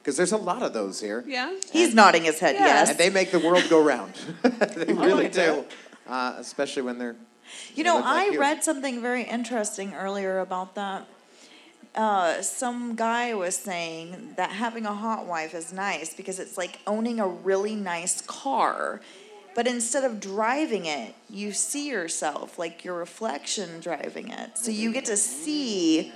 B: because there's a lot of those here
H: Yeah.
C: He's nodding his head.
H: Yeah.
C: Yes.
B: and they make the world go round they really
G: like
B: do uh, especially when they're They
C: You know,
B: look like
C: I
B: you.
C: read something very interesting earlier about that. Uh, some guy was saying that having a hot wife is nice because it's like owning a really nice car. But instead of driving it, you see yourself, like your reflection driving it. So you get to see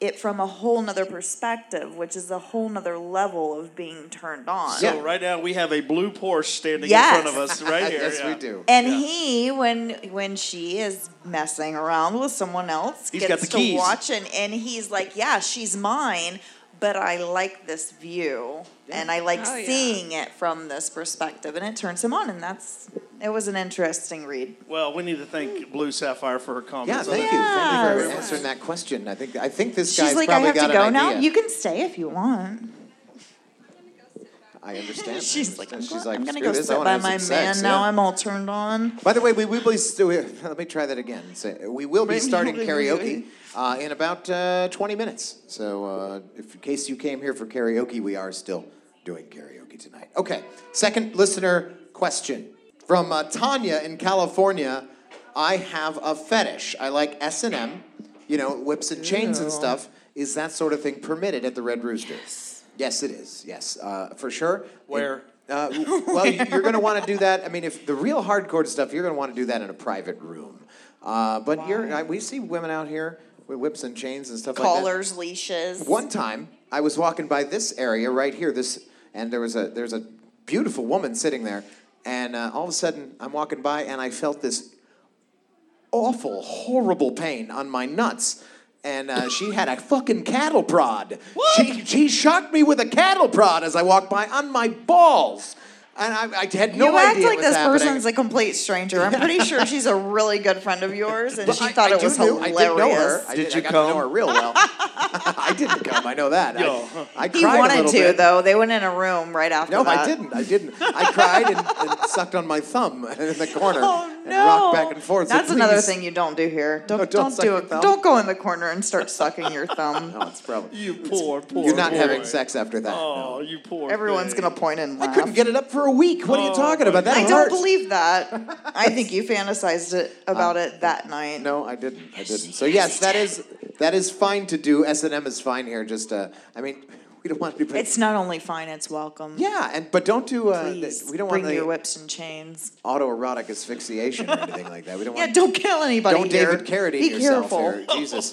C: it from a whole nother perspective, which is a whole nother level of being turned on.
G: So right now we have a blue Porsche standing in
C: Yes.
G: front of us right here.
B: yes
G: yeah.
B: we do
C: And he, when when she is messing around with someone else,
G: He's
C: gets
G: got the
C: to
G: keys.
C: watch and, and he's like, Yeah, she's mine, but I like this view. And I like
H: Oh, yeah.
C: seeing it from this perspective. And it turns him on and that's it was an interesting read.
G: Well, we need to thank Blue Sapphire for her comments.
B: yeah
G: on
B: thank
G: that.
B: you thank you for
C: Yes.
B: answering that question I think I think this guy's
C: She's like, I
B: probably
C: have
B: got
C: to go
B: an
C: now.
B: idea.
C: You can stay if you want.
B: I understand
C: She's
B: I
C: like, I'm,
B: understand.
C: go- I'm gonna
B: "Screw
C: go
B: this, I
C: sit
B: wanna
C: by
B: have some
C: my man
B: sex,"
C: now.
B: yeah.
C: I'm all turned on.
B: By the way, we, we will. St- we- let me try that again. Say- We will be starting karaoke uh, in about uh, 20 minutes. So, uh, if, in case you came here for karaoke, we are still doing karaoke tonight. Okay. Second listener question from uh, Tanya in California. I have a fetish. I like S and M. You know, whips and chains and stuff. Is that sort of thing permitted at the Red Rooster? Yes. Yes, it is. Yes, uh, for sure.
G: Where?
B: Uh, well, you- you're going to want to do that. I mean, if the real hardcore stuff, you're going to want to do that in a private room. Uh, but you're, I, we see women out here with whips and chains and stuff like
C: Collars, leashes.
B: that. One time, I was walking by this area right here, this, and there was a there's a beautiful woman sitting there, and uh, all of a sudden, I'm walking by and I felt this awful, horrible pain on my nuts. And uh, she had a fucking cattle prod. She, she shocked me with a cattle prod as I walked by on my balls. And I, I had no
C: you
B: idea
C: act
B: it
C: like
B: was
C: this
B: happening.
C: person's a complete stranger. I'm pretty sure she's a really good friend of yours, and
B: But
C: she
B: I-
C: thought
B: I
C: it
B: do
C: was
B: know- I
C: hilarious.
B: did know her. I
G: Did
B: did,
G: you
B: I got to
G: come?
B: know her real well. I didn't come. I know that.
G: Yo.
B: I, I
C: He
B: cried a
C: wanted
B: little
C: to
B: bit.
C: though. They went in a room right after.
B: No,
C: that.
B: I didn't. I didn't. I cried and, and sucked on my thumb in the corner
C: Oh
B: and
C: no!
B: rocked back and forth. So
C: That's another
B: please-
C: thing you don't do here. Don't
B: No, don't
C: don't,
B: suck
C: do
B: your
C: it.
B: thumb.
C: Don't go in the corner and start sucking your thumb.
B: No, it's probably.
G: You poor, poor.
B: You're not
G: boy.
B: having sex after that. no.
G: Oh, you poor.
C: Everyone's
G: thing.
C: gonna point and
B: I
C: laugh.
B: couldn't get it up for a week. What are
G: Oh,
B: you talking about? That
C: I
B: hurt. Uh,
C: don't believe that. I think you fantasized it about it that night.
B: No, I didn't. I didn't. So yes, that is that is fine to do. S and M is fine here. Just uh, I mean, we don't want to be.
C: It's not only fine; it's welcome.
B: yeah, and but don't do. Uh,
C: Please,
B: we don't
C: bring
B: want the
C: your whips and chains.
B: autoerotic asphyxiation or anything like that. We don't
C: Yeah,
B: want.
C: don't kill anybody.
B: don't
C: here.
B: David Carradine
C: Be
B: yourself
C: careful.
B: here. Jesus.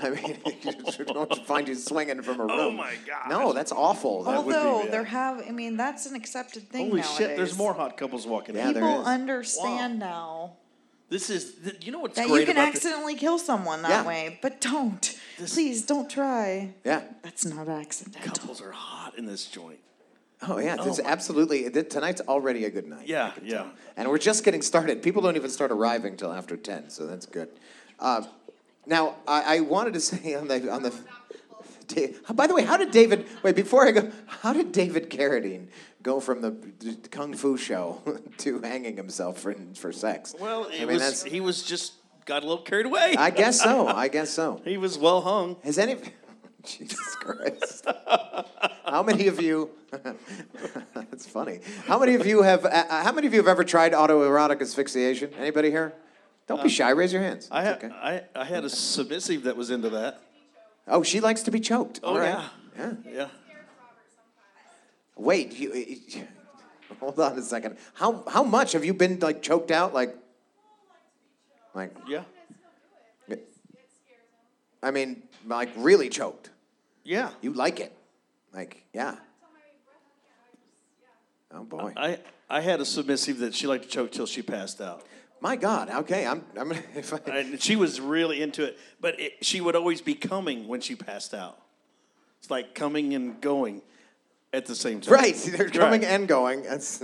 B: I mean, you don't find you swinging from a room.
G: Oh my God.
B: No, that's awful. That would be
C: Although
G: bad.
C: there have, I mean, that's an accepted thing
G: Holy
C: nowadays.
G: shit! There's more hot couples walking
B: Yeah,
G: in.
B: there
C: People
B: is.
C: understand now
G: This is. th- You know what's
C: that
G: great
C: you can
G: about this?
C: accidentally kill someone that
B: Yeah.
C: way, but don't. Please don't try.
B: yeah.
C: That's not accidental.
G: Couples are hot in this joint.
B: Oh yeah. It's absolutely. th- Tonight's already a good night.
G: Yeah, yeah.
B: And we're just getting started. People don't even start arriving till after 10, so that's good. Uh, now, I, I wanted to say on the on the. Da- By the way, how did David? Wait, before I go, how did David Carradine go from the, the kung fu show to hanging himself for for sex?
G: Well, it
B: I mean,
G: was.
B: that's.
G: He was just got a little carried away.
B: I guess so. I guess so.
G: he was well hung.
B: Has any? Jesus Christ! how many of you? that's funny. How many of you have? Uh, uh, how many of you have ever tried autoerotic asphyxiation? Anybody here? Don't be shy. Raise your hands.
G: Uh, I, ha-
B: It's okay.
G: I I had a submissive that was into that.
B: Oh, she likes to be choked.
G: Oh
B: All right.
G: yeah. Yeah.
B: Wait. You, you- hold on a second. How how much have you been like choked out? Like, like
G: Yeah.
B: I mean, like really choked.
G: Yeah.
B: You like it. Like, yeah. Oh boy.
G: I, I had a submissive that she liked to choke till she passed out.
B: My God. Okay. I'm. I'm. If I,
G: And she was really into it, but it, she would always be coming when she passed out. It's like coming and going at the same time.
B: Right. They're coming and going. That's,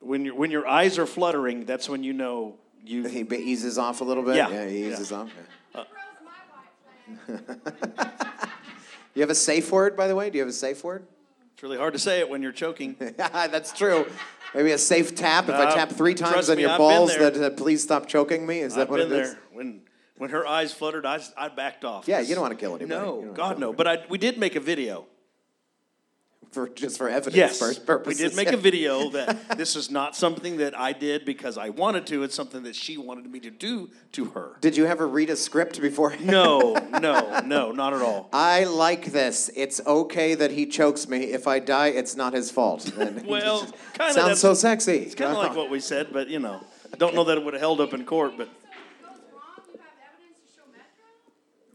G: When, your when your eyes are fluttering, that's when you know you.
B: he ba- eases off a little bit.
G: Yeah.
B: he
G: Yeah.
B: eases off. yeah. you have a safe word, by the way? Do you have a safe word?
G: It's really hard to say it when you're choking.
B: That's true. Maybe a safe tap. If I
G: Uh,
B: tap three times
G: trust
B: on
G: me,
B: your
G: I've been
B: balls,
G: there.
B: that uh, please stop choking me. Is that
G: I've
B: what
G: been
B: it is?
G: there when when her eyes fluttered. I, s- I backed off.
B: Yeah, you don't wanna kill anybody. You don't
G: No,
B: wanna
G: God
B: kill
G: no. But I, we did make a video.
B: For just for evidence
G: Yes,
B: pur- purposes.
G: we did make a video that this is not something that I did because I wanted to. It's something that she wanted me to do to her.
B: Did you ever read a script before?
G: No, no, no, not at all.
B: I like this. It's okay that he chokes me. If I die, it's not his fault. And
G: Well, kinda
B: sounds
G: that's-
B: so sexy.
G: It's kind of like what we said, but you know, don't know that it would have held up in court. But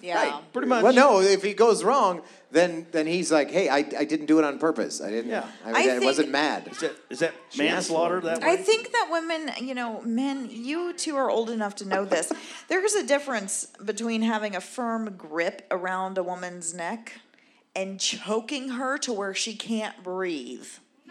C: Yeah.
G: pretty much.
B: Well, no. If he goes wrong, then then he's like, "Hey, I, I didn't do it on purpose. I didn't.
G: Yeah.
B: I,
C: I
B: I
C: think-
B: wasn't mad."
G: Is that, is that manslaughter? That
C: I
G: way?
C: think that women, you know, men, you two are old enough to know this. There's a difference between having a firm grip around a woman's neck and choking her to where she can't breathe.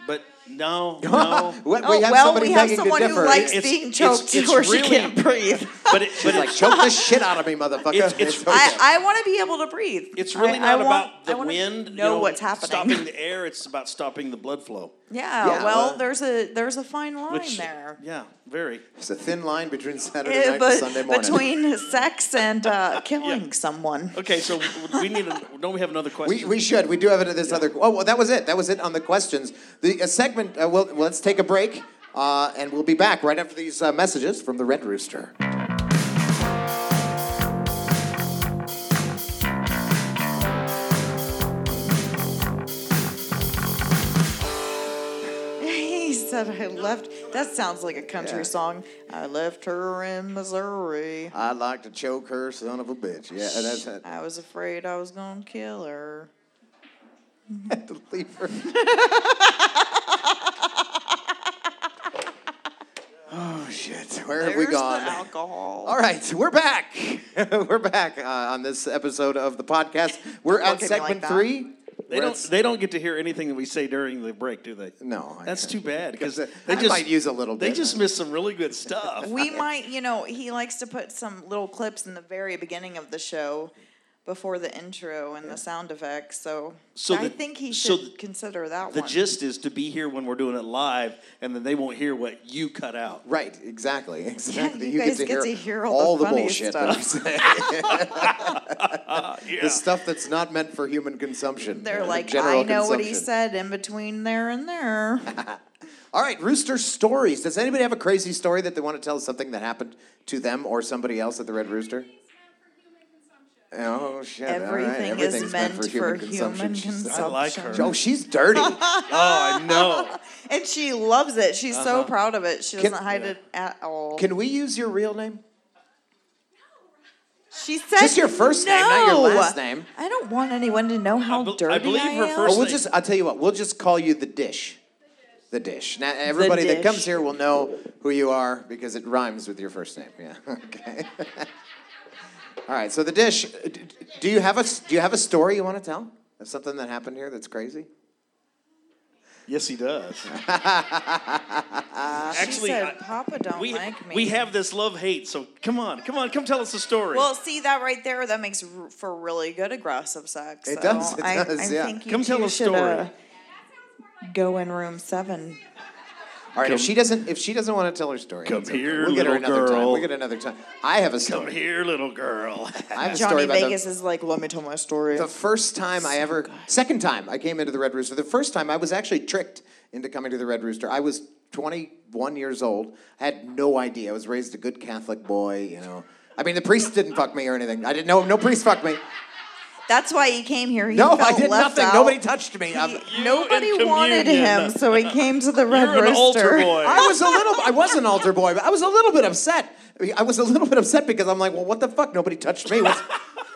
G: but no, no.
B: We, we
C: oh,
B: have
C: well,
B: somebody
C: we have
B: begging to
C: someone who
B: differ.
C: likes
G: It's-
C: being
G: it's-
C: choked to
G: it's
C: where she
G: really-
C: can't breathe.
G: but it, but
B: He's
G: it's
B: like, "Choke the shit out of me, motherfucker."
G: It's- it's-
B: okay.
C: I, I want to be able to breathe.
G: It's really
C: I- I
G: not
C: want-
G: about the
C: I wanna
G: wind.
C: Know,
G: you know
C: what's happening.
G: Stopping the air. It's about stopping the blood flow.
C: yeah,
B: Yeah,
C: well,
B: well-
C: there's a there's a fine line
G: Which,
C: there.
G: Yeah, very.
B: There's a thin line between Saturday
C: Eh,
B: night
C: but
B: and Sunday morning.
C: between sex and uh, killing someone.
G: Okay, so we need. A, don't we have another question?
B: We, we should. We do have this other. Oh, well, that was it. That was it on the questions. The a segment. Uh, well, let's take a break, uh, and we'll be back right after these uh, messages from the Red Rooster.
C: He said, I left. That sounds like a country
B: Yeah.
C: song. I left her in Missouri.
B: I'd like to choke her, son of a bitch. Yeah, and that's it.
C: I was afraid I was going to kill her.
B: Had to leave her. oh shit! Where have we
C: There's
B: gone?
C: The alcohol.
B: All right, we're back. we're back uh, on this episode of the podcast. We're
C: Don't
B: at
C: look at me like
B: segment
C: that.
B: three.
G: They
B: We're
G: don't.
B: at s-
G: They don't get to hear anything that we say during the break, do they?
B: No, I
G: That's
B: can't.
G: too bad because
B: I
G: they just
B: might use a little
G: They
B: bit.
G: just missed some really good stuff.
C: We might, you know, he likes to put some little clips in the very beginning of the show before the intro and the sound effects. So,
G: So
C: I
G: the-
C: think he
G: so
C: should
G: the-
C: consider that
G: the
C: one.
G: gist is to be here when we're doing it live, and then they won't hear what you cut out.
B: Right, exactly, exactly.
C: you guys get to hear all the funny
B: bullshit that I'm saying. The stuff that's not meant for human consumption.
C: They're
B: uh, the
C: like,
B: general
C: I know what he
B: consumption."
C: said in between there and there.
B: All right, Rooster stories. Does anybody have a crazy story that they want to tell? Something that happened to them or somebody else at the Red Rooster? Oh shit! all right,
C: Everything
B: everything's
C: is meant for human consumption.
B: She's-
G: I like her.
B: Oh, she's dirty.
G: Oh, I know.
C: And she loves it. She's so
G: Uh-huh.
C: proud of it. She
B: Can-
C: doesn't hide it at all.
B: Can we use your real name?
C: she said
B: Just your first name, not your
C: no.
B: last name.
C: I don't want anyone to know how
G: bel- I
C: dirty
G: believe her
C: am.
G: first-
B: Oh, we'll
G: thing-
B: just—I'll tell you what—we'll just call you the dish. The dish. Now everybody that
C: dish.
B: comes here will know who you are because it rhymes with your first name. Yeah. Okay. All right. So the dish. d- d- Do you have a s- Do you have a story you want to tell of something that happened here that's crazy?
G: Yes, he does. Actually,
C: she said,
G: I-
C: Papa don't
G: we
C: like me.
G: we have this love hate. So come on, come on, come tell us a story.
C: Well, see that right there. That makes r- for really good aggressive sex.
B: It
C: so
B: does, it
C: I,
B: does,
C: I
B: yeah.
C: think you
G: Come tell
C: two
G: a
C: should,
G: story.
C: uh, go in room seven.
B: All right. If she doesn't, if she doesn't want to tell her story,
G: Come
B: it's okay.
G: here,
B: We'll get her
G: little
B: another time.
G: girl.
B: We'll get another time. I have a
G: come
B: story.
G: here, little girl.
B: I have a story
C: Johnny
B: about the-
C: Vegas is like, let me tell my story.
B: The first time I ever, second time I came into the Red Rooster, the first time I was actually tricked into coming to the Red Rooster. I was 21 years old. I had no idea. I was raised a good Catholic boy, you know. I mean, the priest didn't fuck me or anything. I didn't know. No priest fucked me.
C: That's why he came here. He
B: No, I
C: felt
B: did
C: left
B: nothing.
C: out.
B: Nobody touched me. I'm-
C: He- nobody
G: and
C: wanted
G: communion.
C: him, so he came to the Red
G: You're an altar
C: Rooster.
G: boy.
B: I was a little. I was an altar boy, but I was a little bit upset. I mean, I was a little bit upset because I'm like, well, what the fuck? Nobody touched me. What's,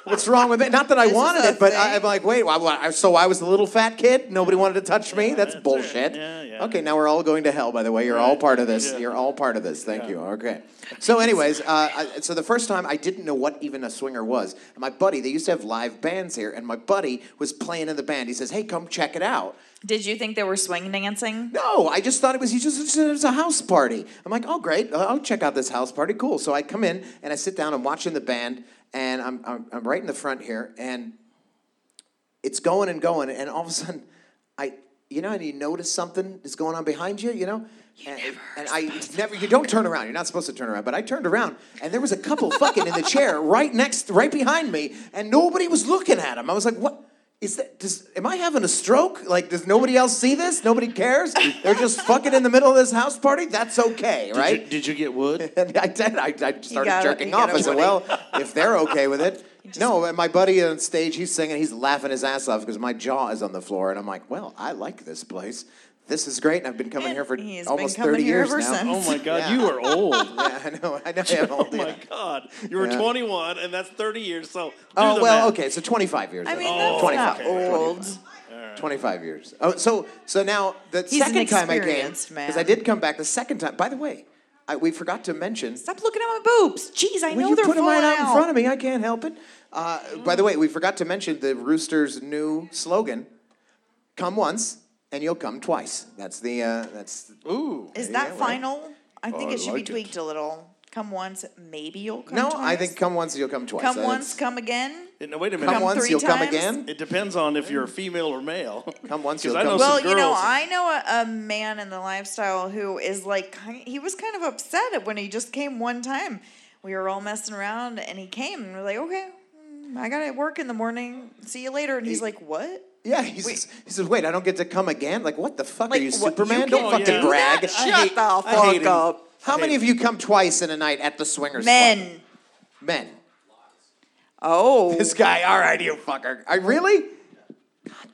B: What's wrong with it? Not that I
C: This is
B: wanted
C: a
B: it, but
C: thing.
B: I, I'm like, wait, why, why, so I was the little fat kid. Nobody wanted to touch me. that's,
G: that's it.
B: bullshit.
G: Yeah, yeah.
B: Okay, now we're all going to hell. By the way, you're all
G: Right.
B: part of this.
G: Yeah.
B: You're all part of this. Thank you. Okay. So, anyways, uh, I, so the first time I didn't know what even a swinger was. And my buddy, they used to have live bands here, and my buddy was playing in the band. He says, "Hey, come check it out."
C: Did you think they were swing dancing?
B: No, I just thought it was he just said it was a house party. I'm like, oh great, I'll I'll check out this house party. Cool. So I come in and I sit down. I'm watching the band, and I'm I'm, I'm right in the front here, and it's going and going, and all of a sudden, I you know, and you notice something is going on behind you, you know. and, and I never, you don't turn around. You're not supposed to turn around. But I turned around, and there was a couple fucking in the chair right next, right behind me, and nobody was looking at them. I was like, "What is that? Does, am I having a stroke? Like, does nobody else see this? Nobody cares. They're just fucking in the middle of this house party. That's okay,
G: Did
B: right?"
G: you, did you get wood?
B: And I did. I, I started
C: got a-
B: jerking
C: you got
B: off.
C: a
B: I said,
C: Woody.
B: well, if they're okay with it. no, and my buddy on stage, he's singing, he's laughing his ass off because my jaw is on the floor. And I'm like, well, I like this place. This is great. And I've been coming here for
C: He's been
B: almost
C: coming
B: 30
C: here
B: years
C: ever
B: now.
C: since.
G: Oh my God,
B: Yeah.
G: you are old.
B: Yeah, I know. I know. I am old,
G: Oh my
B: yeah.
G: God, you were
B: Yeah.
G: 21, and that's 30 years. So do
B: Oh,
G: the
B: well,
G: math.
B: okay. So 25 years.
C: I
B: then.
G: Oh.
C: mean, that's
B: 25.
C: not old.
B: 25 years. Oh, so so now the
C: He's an
B: second time I came,
C: experienced man.
B: because I did come back the second time. By the way, I, we forgot to mention
C: Stop looking at my boobs. Jeez, I
B: Well,
C: know
B: you
C: they're
B: put 'em
C: falling
B: right out in front of me. I can't help it. Uh, By the way, we forgot to mention the Roosters' new slogan: "Come once and you'll come twice." That's the uh, that's
G: Ooh.
C: Is
B: Yeah, oh,
C: that
B: right.
C: final? I think
G: I
C: it should
G: like
C: be
G: it.
C: tweaked a little. Come once, maybe you'll come.
B: no. I
C: twice.
B: think "Come once and you'll come twice." Uh,
C: Come
B: That's-
C: once, come again.
G: No, wait a minute.
B: come,
C: come
B: once
C: three
B: you'll come
C: times.
B: again.
G: It depends on if you're female or male.
B: Come once,
G: 'Cause
B: you'll
G: I know
B: come.
G: some
C: Well, you know,
G: girls-
C: I know a, a man in the lifestyle who is like, ki- he was kind of upset when he just came one time. We were all messing around and he came and we're like, okay, mm, I got to work in the morning. See you later. And he's like, what?
B: Yeah, he says, he says, "Wait, I don't get to come again." Like, what the fuck
C: Like,
B: are you,
C: what, you
B: Superman?
C: can
B: don't
G: do
B: fucking
G: that?
B: brag.
C: Shut
B: I hate-
C: the
B: I
C: fuck
B: hate him.
C: up.
B: How
G: Hate
B: many
G: him.
B: of you come twice in a night at the swingers? club?
C: Men.
B: men.
C: Oh.
B: This guy. All right, you fucker. I really.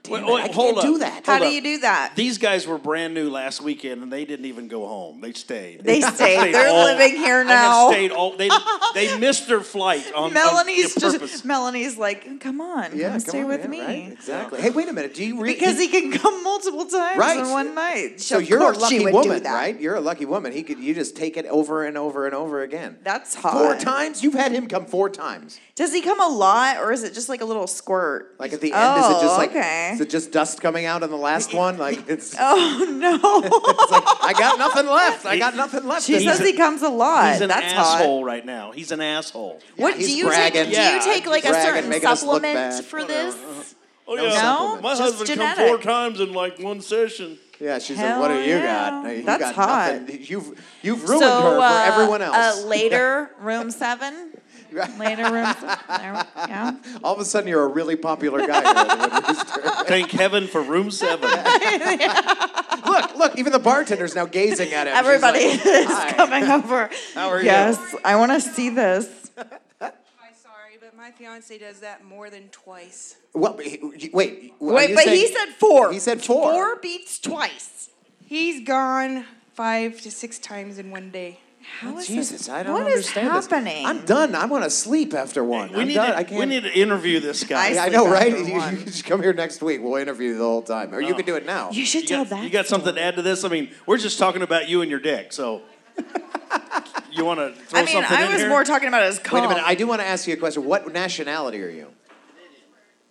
G: Wait,
B: Man,
G: wait,
B: I
G: hold
B: can't
G: up.
B: do that.
C: How
B: Hold
C: do
B: up.
C: you do that?
G: These guys were brand new last weekend, and they didn't even go home. They stayed.
C: They stayed. They're
G: all-
C: living here
G: I have
C: now.
G: stayed all. They they missed their flight on on-
C: Melanie's
G: on purpose.
C: just, Melanie's like, come on,
B: Yeah,
C: come stay
B: on,
C: with
B: yeah,
C: me.
B: right, Exactly. Hey, wait a minute. Do you really?
C: Because he can come multiple times
B: Right.
C: in one night.
B: so
C: Of
B: you're a
C: course she
B: lucky
C: would do
B: woman,
C: that.
B: right? You're a lucky woman. He could. You just take it over and over and over again.
C: That's hot.
B: four times. You've had him come four times.
C: Does he come a lot, or is it just like a little squirt?
B: Like at the end, is it
C: Oh,
B: just like
C: okay.
B: is it just dust coming out on the last one? Like it's,
C: Oh no!
B: it's like I got nothing left. I got nothing left.
C: she
B: This
C: says
B: is-
C: he comes a lot.
G: He's an
C: That's
G: asshole
C: hot.
G: right now. He's an asshole.
C: what
B: he's
C: do you
B: bragging.
C: take?
G: Yeah,
C: do you take like a
B: bragging,
C: certain
B: making us look
C: supplement
B: bad.
C: for this?
G: Oh
B: yeah. supplement.
G: my
C: Just
G: husband come
C: genetic.
G: four times in like one session.
B: yeah, she said,
C: Hell
B: "What do you
C: yeah.
B: got? You
C: That's
B: got
C: hot.
B: nothing. You've you've ruined
C: so,
B: her for
C: uh,
B: everyone else.
C: Uh, later, room seven. Later, room. Seven. There, yeah.
B: All of a sudden, you're a really popular guy. here at the Red Rooster.
G: Thank heaven for room seven.
B: look, look, even the bartender's now gazing at him. She's
C: Everybody
B: like,
C: is coming over.
B: How are you?
C: yes, I want to see this.
F: I'm sorry, but my fiance does that more than twice.
B: Well, but he- you- wait. are
C: Wait,
B: you
C: but
B: saying-
C: he said four.
B: He said four.
C: Four beats twice.
F: He's gone five to six times in one day.
C: How is this-
B: Jesus, I don't
C: what is
B: understand this.
C: happening?
B: I'm done. I want to sleep after one.
G: We
B: I'm
G: need,
B: done.
G: to,
B: I can't.
G: we need to interview this
C: I
G: guy.
B: yeah, I
C: sleep
B: know, right?
C: after
B: You, you
C: one.
B: can just come here next week. We'll interview you the whole time, or you
G: Oh.
B: can do it now.
C: You should
G: You
C: tell
G: got,
C: that.
G: you got something to add to this? I mean, we're just talking about you and your dick, so you want to throw
C: I mean,
G: something
C: I
G: in
C: was
G: here?
C: more talking about his cum.
B: Wait a minute. I do want to ask you a question. What nationality are you?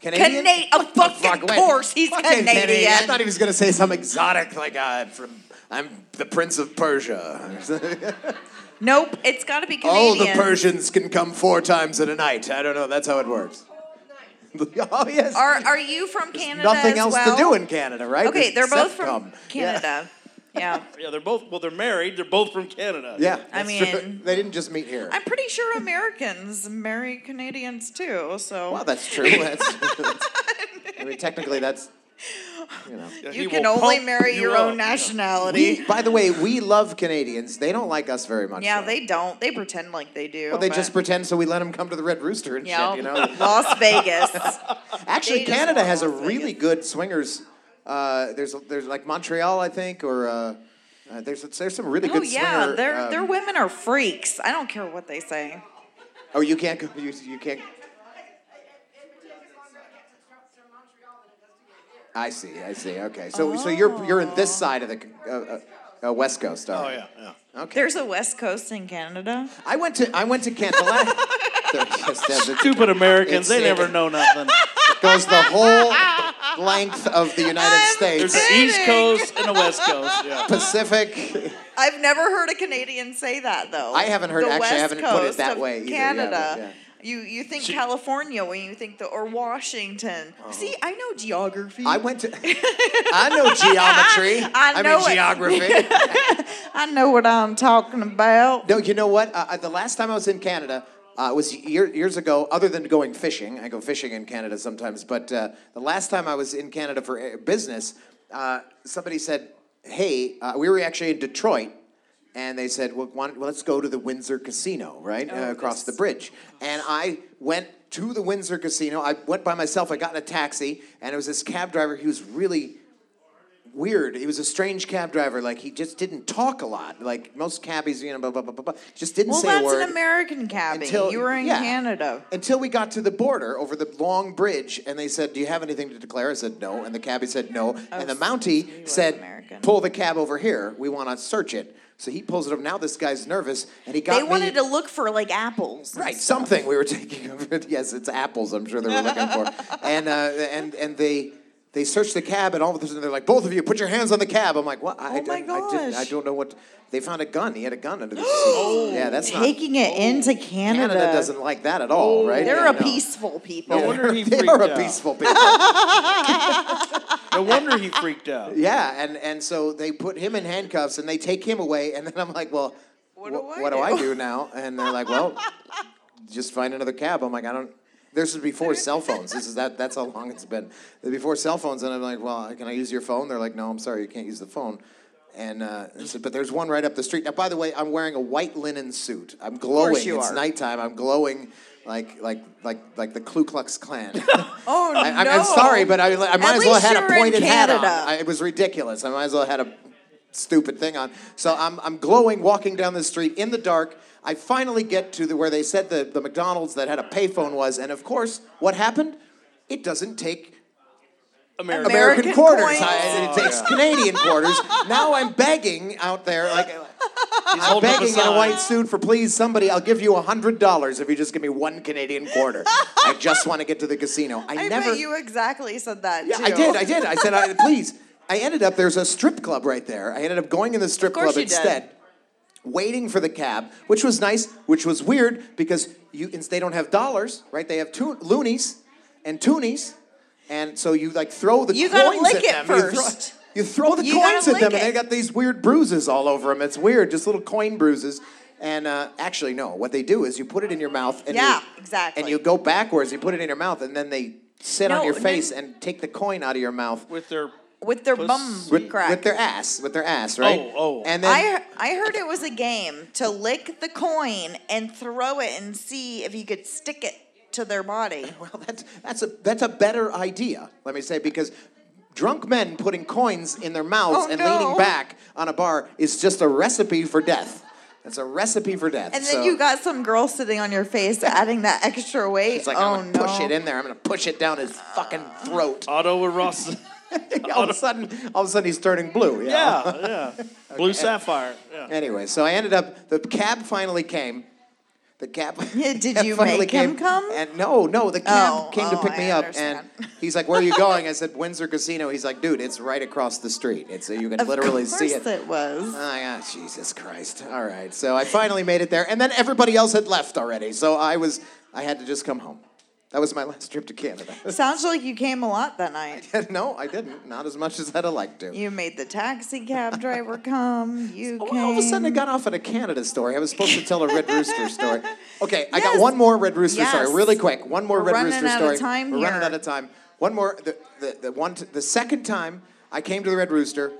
B: Canadian.
C: Canadian, of
B: Fuck,
C: fucking
B: wait.
C: course, he's
B: Fucking
C: Canadian.
B: I thought he was going to say some exotic, like uh, from I'm the Prince of Persia.
C: nope, it's got to be
B: All
C: Canadian.
B: Oh, the Persians can come four times in a night. I don't know. That's how it works. oh yes.
C: Are are you from Canada?
B: Nothing
C: as
B: else
C: well?
B: to do in Canada, right?
C: Okay,
B: There's
C: they're both
B: Cepcom.
C: from
B: Yeah.
C: Canada. Yeah.
G: Yeah, they're both. Well, they're married. They're both from Canada.
B: Yeah,
C: I
B: that's true.
C: mean-
B: they didn't just meet here.
C: I'm pretty sure Americans marry Canadians too. So
B: well, that's true. That's, that's- I mean, technically, that's you know.
G: Yeah, he
C: you can
G: will
C: only
G: pump
C: marry
G: you
C: your
G: up.
C: own nationality.
B: We, by the way, we love Canadians. They don't like us very much.
C: yeah,
B: though.
C: they don't. They pretend like they do.
B: Well, they
C: but-
B: just pretend, so we let them come to the Red Rooster and
C: Yeah.
B: shit. You know,
C: Las Vegas.
B: actually,
C: They just
B: Canada
C: want
B: has a
C: Las
B: really good swingers. Uh, there's there's like Montreal, I think, or uh, uh, there's there's some really
C: oh
B: good
C: yeah,
B: swinger.
C: their
B: um,
C: their women are freaks. I don't care what they say.
B: Oh, you can't go. You, you can't. I see. I see. Okay. So so you're you're in
C: Oh.
B: this side of the uh, uh, uh, West Coast. all
G: Oh
B: right.
G: yeah, yeah.
B: Okay.
C: There's a West Coast in Canada.
B: I went to I went to Canada. just, uh, it
G: Stupid Americans, they
B: It's-
G: never know nothing.
B: goes the whole length of the United
G: There's E
B: States,
G: an East Coast and a West Coast. Yeah.
B: Pacific.
C: I've never heard a Canadian say that though.
B: I haven't heard-
C: the
B: actually, I
C: West
B: haven't put
C: Coast
B: it that
C: of
B: way either, yeah,
C: Canada.
B: but, yeah.
C: You you think California when you think the or Washington. See, I know geography.
B: Oh. I went to. I know geometry.
C: I know
B: mean
C: it.
B: geography.
C: I know what I'm talking about.
B: No, you know what? Uh, uh, the last time I was in Canada uh, was year, years ago. Other than going fishing, I go fishing in Canada sometimes. But uh, the last time I was in Canada for uh, business, uh, somebody said, "Hey, uh, we were actually in Detroit." And they said, well, why don't- well, let's go to the Windsor Casino, right? uh, across the bridge. And I went to the Windsor Casino. I went by myself. I got in a taxi, and it was this cab driver. He was really weird. He was a strange cab driver. Like he just didn't talk a lot. Like most cabbies, you know, blah blah blah blah. blah. Just didn't
C: Well,
B: say
C: that's
B: a word
C: an American cabin.
B: until
C: you were in
B: yeah.
C: Canada.
B: Until we got to the border over the long bridge, and they said, "Do you have anything to declare?" I said, "No," and the cabbie said, "No," and the
C: Oh, so he
B: Mountie
C: was
B: said,
C: American.
B: "Pull the cab over here. We want to search it." So he pulls it up. Now this guy's nervous, and he got
C: They
B: me-
C: wanted to look for like apples.
B: Right, something we were taking over. Yes, it's apples. I'm sure they were looking for. And uh, and and they they searched the cab, and all of a sudden they're like, "Both of you, put your hands on the cab." I'm like, "What? I,
C: Oh my
B: I, I, didn't, I
C: gosh.
B: don't know what." They found a gun. He had a gun under the seat. oh, yeah, that's not.
C: Taking it into Canada.
B: Oh. Canada doesn't like that at all, right?
C: They're
B: Yeah,
C: a
B: no.
C: peaceful people.
G: No wonder he
B: they
G: freaked
B: are a
G: out.
B: peaceful people.
G: No wonder he freaked out.
B: Yeah, and and so they put him in handcuffs and they take him away, and then I'm like, well, what,
C: do I
B: what do
C: do?
B: I do now? And they're like, well, just find another cab. I'm like, I don't. This is before cell phones. This is that. That's how long it's been. Before cell phones, and I'm like, well, can I use your phone? They're like, no, I'm sorry, you can't use the phone. And uh, I said, but there's one right up the street. Now, by the way, I'm wearing a white linen suit. I'm glowing.
C: you
B: it's
C: are.
B: nighttime. I'm glowing, like like like like the Ku Klux Klan.
C: Oh
B: I,
C: no!
B: I, am sorry, but I, I might
C: At
B: as well
C: least
B: had
C: you're
B: a
C: in
B: pointed hat on.
C: Canada.
B: I, it was ridiculous. I might as well had a stupid thing on. So I'm, I'm glowing, walking down the street in the dark. I finally get to the, where they said the, the McDonald's that had a payphone was, and of course, what happened? It doesn't take American,
G: America.
C: American
B: quarters.
C: coins.
B: I, it takes Canadian quarters. Now I'm begging out there, like
G: He's holding up a
B: begging in a
G: sign.
B: white suit for please somebody. I'll give you a hundred dollars if you just give me one Canadian quarter. I just want to get to the casino. I,
C: I
B: never.
C: bet you exactly said that.
B: Yeah,
C: too.
B: I did. I did. I said, I, please. I ended up, there's a strip club right there. I ended up going in the strip
C: Of course
B: club
C: you did.
B: instead, waiting for the cab, which was nice, which was weird because you and they don't have dollars, right? They have two, loonies and toonies. And so you like throw the
C: You
B: coins
C: gotta
B: at
C: lick it
B: them. You throw-
C: first.
B: You throw, the
C: You gotta
B: coins at
C: lick
B: them and
C: it.
B: they got these weird bruises all over them. It's weird, just little coin bruises. And uh, actually, no, what they do is you put it in your mouth and
C: Yeah,
B: you,
C: exactly.
B: and you go backwards, you put it in your mouth, and then they sit
C: No,
B: on your
C: no,
B: face and take the coin out of your mouth
G: with their
C: With their
G: Puss-
C: bum
B: with,
C: crack.
B: with their ass, with their ass, right?
G: Oh, oh.
B: And then
C: I I heard it was a game to lick the coin and throw it and see if you could stick it to their body.
B: well, that's that's a that's a better idea. Let me say because drunk men putting coins in their mouths
C: Oh,
B: and
C: no.
B: leaning back on a bar is just a recipe for death. That's a recipe for death.
C: And then
B: So
C: you got some girl sitting on your face adding that extra weight.
B: It's like
C: oh
B: I'm gonna
C: no.
B: push it in there. I'm gonna push it down his fucking throat.
G: Otto Ross.
B: all of a sudden, all of a sudden, he's turning blue. you know?
G: Uh, yeah, yeah. Blue sapphire. Yeah.
B: Anyway, so I ended up. The cab finally came. The cab.
C: Yeah, did
B: cab
C: you
B: finally
C: make him come?
B: And no, no, the cab
C: Oh,
B: came to
C: oh,
B: pick
C: I
B: me up,
C: understand.
B: and he's like, "Where are you going?" I said, "Windsor Casino." He's like, "Dude, it's right across the street. It's you can
C: Of
B: literally
C: course
B: see it."
C: it was.
B: Oh, yeah, Jesus Christ. All right, so I finally made it there, and then everybody else had left already, so I was, I had to just come home. That was my last trip to Canada.
C: Sounds like you came a lot that night.
B: no, I didn't. Not as much as I'd have liked to.
C: You made the taxi cab driver come. You
B: Oh,
C: came.
B: All of a sudden, I got off on a Canada story. I was supposed to tell a Red Rooster story. Okay, I got
C: Yes.
B: one more Red Rooster
C: Yes.
B: story, really quick. One more
C: We're
B: Red
C: running
B: Rooster
C: out of
B: story.
C: time
B: We're running
C: here.
B: out of time. One more. The, the, the one. T- the second time I came to the Red Rooster,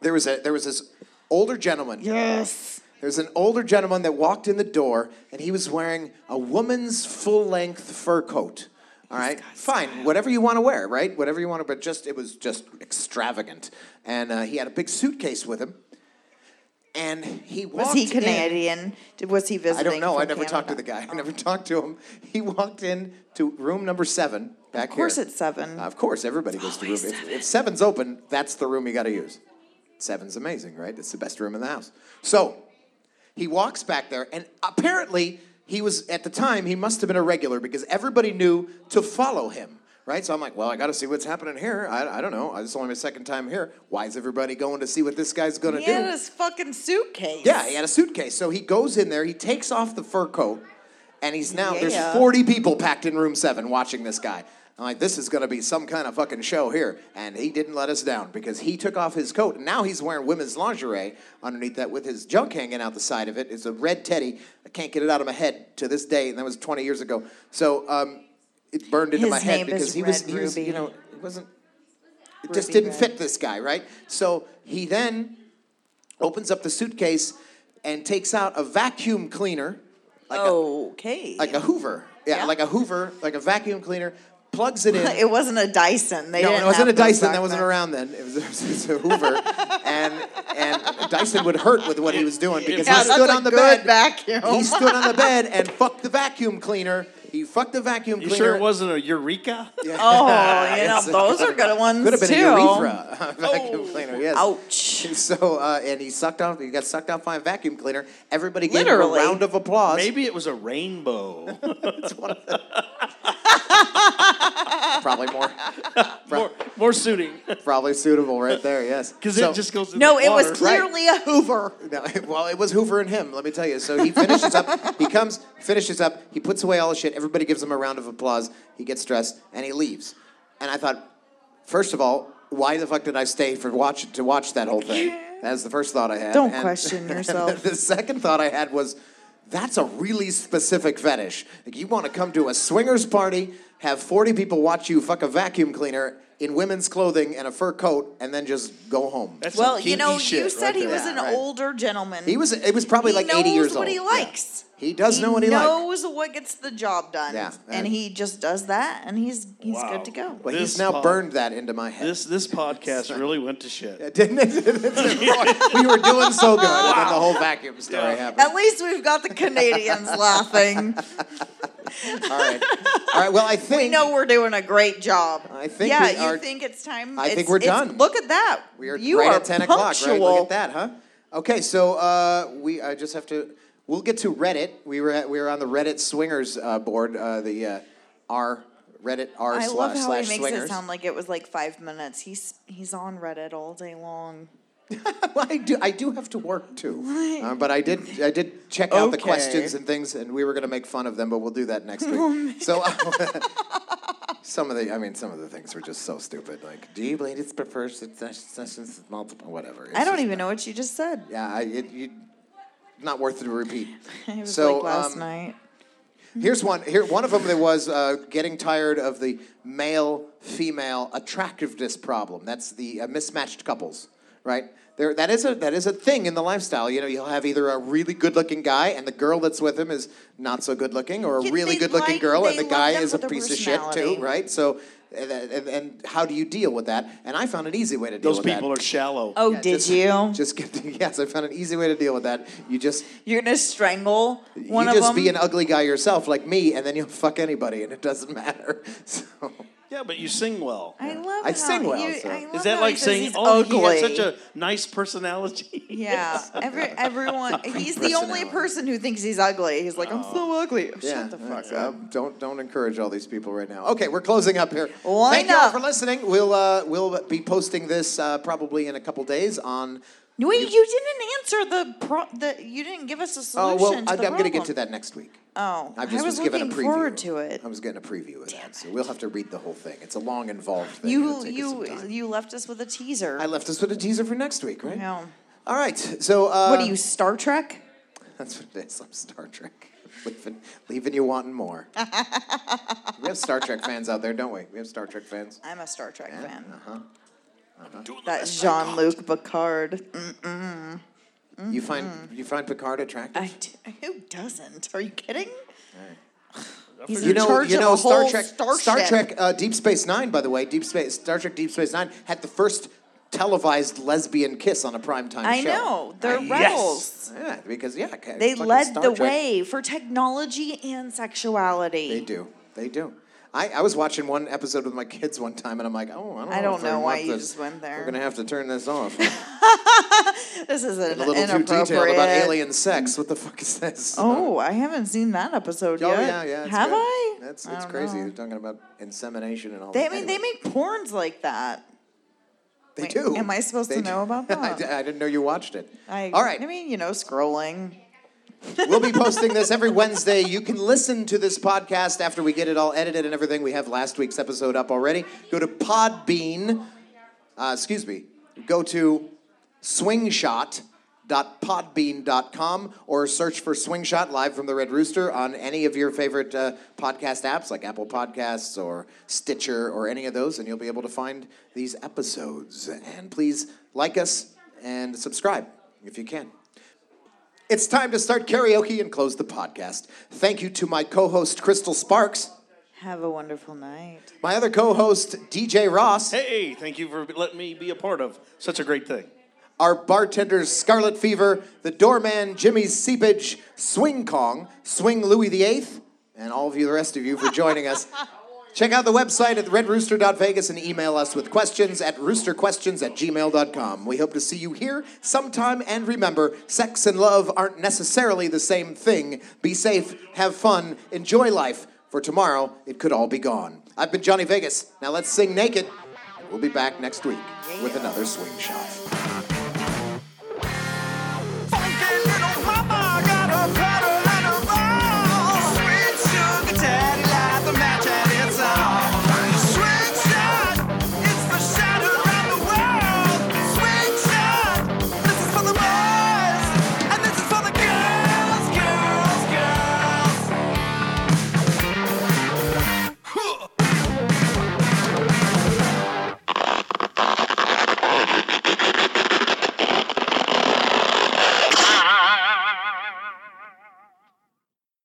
B: there was a there was this older gentleman.
C: Yes.
B: There's an older gentleman that walked in the door, and he was wearing a woman's full-length fur coat. All right, fine, whatever you want to wear, right? Whatever you want to, but just it was just extravagant, and uh, he had a big suitcase with him. and he walked
C: Was he
B: in-
C: Canadian? Did Was he visiting?
B: I don't know. I
C: from
B: never talked to the
C: Canada?
B: guy. I never talked to him. He walked in to room number seven back here.
C: Of course, it's seven.
B: Of course, everybody goes to room. If, if seven's open, that's the room you got to use. Seven's amazing, right? It's the best room in the house. So he walks back there, and apparently he was at the time he must have been a regular because everybody knew to follow him, right? So I'm like, well, I got to see what's happening here. I, I don't know. It's only my second time here. Why is everybody going to see what this guy's going to
C: he
B: do?
C: had his fucking suitcase.
B: Yeah, he had a suitcase. So he goes in there, he takes off the fur coat, and he's now
C: Yeah.
B: there's 40 people packed in room seven watching this guy. I'm like, this is gonna be some kind of fucking show here. And he didn't let us down because he took off his coat and now he's wearing women's lingerie underneath that with his junk hanging out the side of it. It's a red teddy. I can't get it out of my head to this day, and that was 20 years ago. So um, it burned into
C: His
B: my head
C: name is
B: because he was
C: Red
B: he was, you
C: Ruby.
B: know, it wasn't it just
C: Ruby
B: didn't
C: Red.
B: fit this guy, right? So he then opens up the suitcase and takes out a vacuum cleaner, like,
C: Okay.
B: a, like a Hoover. Yeah,
C: Yeah.
B: like a Hoover, like a vacuum cleaner, plugs it in.
C: it wasn't a Dyson. They
B: no,
C: didn't
B: it wasn't a
C: have those
B: Dyson.
C: back
B: That wasn't
C: then.
B: around then. It was, it was a Hoover, and and Dyson would hurt with what he was doing because
C: Yeah,
B: he
C: that's
B: stood
C: a
B: on the
C: good
B: bed.
C: vacuum.
B: He stood on the bed and fucked the vacuum cleaner. He fucked the vacuum
G: You
B: cleaner.
G: sure it wasn't a Eureka?
C: Oh, you know, those are good ones
B: Could have been
C: too.
B: a urethra a vacuum cleaner. Yes.
C: Oh. Ouch.
B: So uh, and he sucked off. He got sucked off by a vacuum cleaner. Everybody gave
C: Literally.
B: him a round of applause.
G: Maybe it was a rainbow.
B: Probably more.
G: more, more suiting.
B: Probably suitable right there. Yes.
G: Because
B: So-
G: it just goes in
C: No,
G: the
C: it was
G: water.
C: clearly a Hoover.
B: No, well, it was Hoover and him. Let me tell you. So he finishes up. He comes, finishes up. He puts away all the shit. Everybody gives him a round of applause. He gets dressed and he leaves. And I thought, first of all, why the fuck did I stay for watch to watch that whole thing? That was the first thought I had.
C: Don't
B: And-
C: question
B: and
C: yourself.
B: the second thought I had was, that's a really specific fetish. Like you want to come to a swingers party, have forty people watch you fuck a vacuum cleaner in women's clothing and a fur coat, and then just go home.
G: That's some
C: Well, you
G: kinky
C: know,
G: shit
C: you said
G: right
C: he
G: there.
C: was
B: Yeah,
C: an
B: right.
C: older gentleman.
B: He was. It was probably
C: He
B: like eighty
C: knows
B: years
C: what
B: old.
C: he
B: Yeah.
C: likes.
B: He does know what he likes.
C: knows what gets the job done.
B: Yeah, and-
C: and he just does that, and he's he's
G: Wow.
C: good to go.
B: But he's
G: This
B: now
G: pod-
B: burned that into my head.
G: This this podcast really went to shit.
B: Didn't it? we were doing so good, and then the whole vacuum story
G: Yeah.
B: happened.
C: At least we've got the Canadians laughing.
B: All right, all right. Well, I think
C: We know we're doing a great job.
B: I think
C: Yeah,
B: we
C: you
B: are-
C: think it's time.
B: I think
C: it's-
B: we're
C: it's-
B: done.
C: Look at that.
B: we are
C: you
B: right
C: are
B: at ten
C: punctual.
B: o'clock. Right? Look at that, huh? Okay, so uh, we I just have to. We'll get to Reddit. We were at, we were on the Reddit swingers uh, board. Uh, the uh, R Reddit R
C: I
B: slash
C: love how
B: slash
C: he makes
B: swingers.
C: it sound like it was like five minutes. He's he's on Reddit all day long.
B: Well, I do. I do have to work too. Um, but I did. I did check out the
C: Okay.
B: questions and things, and we were going to make fun of them, but we'll do that next week. so. Some of the, I mean, some of the things were just so stupid. Like, do you ladies prefer se- se- sessions with multiple, whatever? It's
C: I don't
B: just-
C: even know what you just said.
B: Yeah, I, it, you, not worth it to repeat.
C: It was
B: so
C: like last
B: um,
C: night.
B: Here's one. Here, one of them that was uh, getting tired of the male-female attractiveness problem. That's the uh, mismatched couples, right? There, that is a that is a thing in the lifestyle. You know, you'll have either a really good-looking guy and the girl that's with him is not so good-looking, or a
C: Yeah,
B: really
C: they
B: good-looking
C: like-
B: girl and
C: they
B: the
C: love
B: guy
C: them
B: is a
C: for their
B: piece of shit too,
C: personality.
B: right? So, and, and, and how do you deal with that? And I found an easy way to deal
G: Those
B: with that.
G: people are shallow.
C: Oh,
B: Yeah,
C: did
B: just-
C: you?
B: Just get yes, I found an easy way to deal with that. You just
C: You're gonna strangle one
B: you
C: of
B: just
C: them.
B: be an ugly guy yourself, like me, and then you'll fuck anybody, and it doesn't matter. So
G: Yeah, but you sing well.
C: I love.
B: I
C: how
B: sing well,
C: You,
B: so-
C: I love
G: Is that
C: how he
G: like
C: says
G: saying,
C: he's
G: "Oh,
C: ugly.
G: he had such a nice personality"?
C: yeah, every, everyone. He's the only
B: Personality.
C: person who thinks he's ugly. He's like, I'm so ugly.
B: Oh.
C: Oh,
B: yeah,
C: Shut the fuck
B: uh,
C: up.
B: Don't don't encourage all these people right now. Okay, we're closing up here.
C: Line
B: Thank you all
C: up.
B: for listening. We'll uh, we'll be posting this uh, probably in a couple days on. uh,
C: Wait, you, didn't answer the pro. The you didn't give us a
B: Oh
C: solution.
B: well,
C: to
B: I'm,
C: the
B: I'm going to get to
C: problem.
B: that next week.
C: Oh,
B: I just
C: was,
B: given a
C: looking
B: preview.
C: forward to it.
B: I was getting a preview of that, so we'll have to read the whole thing. It's a long, involved thing. It'll
C: You
B: take us some
C: you
B: time.
C: you left us with a teaser.
B: I left us with a teaser for next week, right?
C: Yeah.
B: All right. So uh,
C: What are you, Star Trek?
B: That's what it is. I'm Star Trek. Leaving, leaving you wanting more. we have Star Trek fans out there, don't we? We have Star Trek fans.
C: I'm a Star Trek fan.
B: uh-huh,
G: Doing the
C: That
G: best I
C: Jean Luc Picard. Mm.
B: You find you find Picard attractive.
C: I d- who doesn't? Are you kidding? He's
B: You
C: in
B: know,
C: charge
B: you
C: of
B: know,
C: a
B: Star
C: whole
B: Trek.
C: starship.
B: Star Trek uh, Deep Space Nine, by the way, Deep Space Star Trek Deep Space Nine had the first televised lesbian kiss on a primetime
C: I
B: show.
C: know. They're
B: Right?
C: rebels.
B: Yeah, because yeah, ca-
C: They
B: fucking
C: led
B: Star
C: the
B: Trek.
C: way for technology and sexuality.
B: They do. They do. I, I was watching one episode with my kids one time, and I'm like, oh, I don't know.
C: I don't
B: if
C: know
B: want
C: why you
B: this.
C: just went there.
B: We're gonna have to turn this off.
C: This is
B: a
C: an
B: little too
C: inappropriate.
B: detailed about alien sex. What the fuck is this?
C: Oh, I haven't seen that episode
B: Oh,
C: yet.
B: yeah, yeah. it's
C: Have
B: good.
C: I?
B: That's
C: I
B: it's
C: don't
B: crazy.
C: know.
B: They're talking about insemination and all.
C: They, I
B: that.
C: mean, they
B: Anyway,
C: make porns like that.
B: They
C: wait,
B: do.
C: am I supposed to
B: They
C: know about
B: I,
C: that?
B: di- I didn't know you watched it.
C: I,
B: all right.
C: I mean, you know, scrolling.
B: We'll be posting this every Wednesday. You can listen to this podcast after we get it all edited and everything. We have last week's episode up already. Go to Podbean. Uh, excuse me. Go to swingshot.podbean.com or search for Swingshot Live from the Red Rooster on any of your favorite uh, podcast apps like Apple Podcasts or Stitcher or any of those, and you'll be able to find these episodes. And please like us and subscribe if you can. It's time to start karaoke and close the podcast. Thank you to my co host, Crystal Sparks,
C: Have a wonderful night.
B: my other co host, DJ Ross,
G: Hey, thank you for letting me be a part of such a great thing.
B: our bartenders, Scarlet Fever, the doorman, Jimmy Seepage, Swing Kong, Swing Louis VIII, and all of you, the rest of you, for joining us. Check out the website at redrooster.vegas and email us with questions at roosterquestions at gmail.com. We hope to see you here sometime. And remember, sex and love aren't necessarily the same thing. Be safe, have fun, enjoy life, for tomorrow it could all be gone. I've been Johnny Vegas. Now let's sing naked, and we'll be back next week with another swing shot.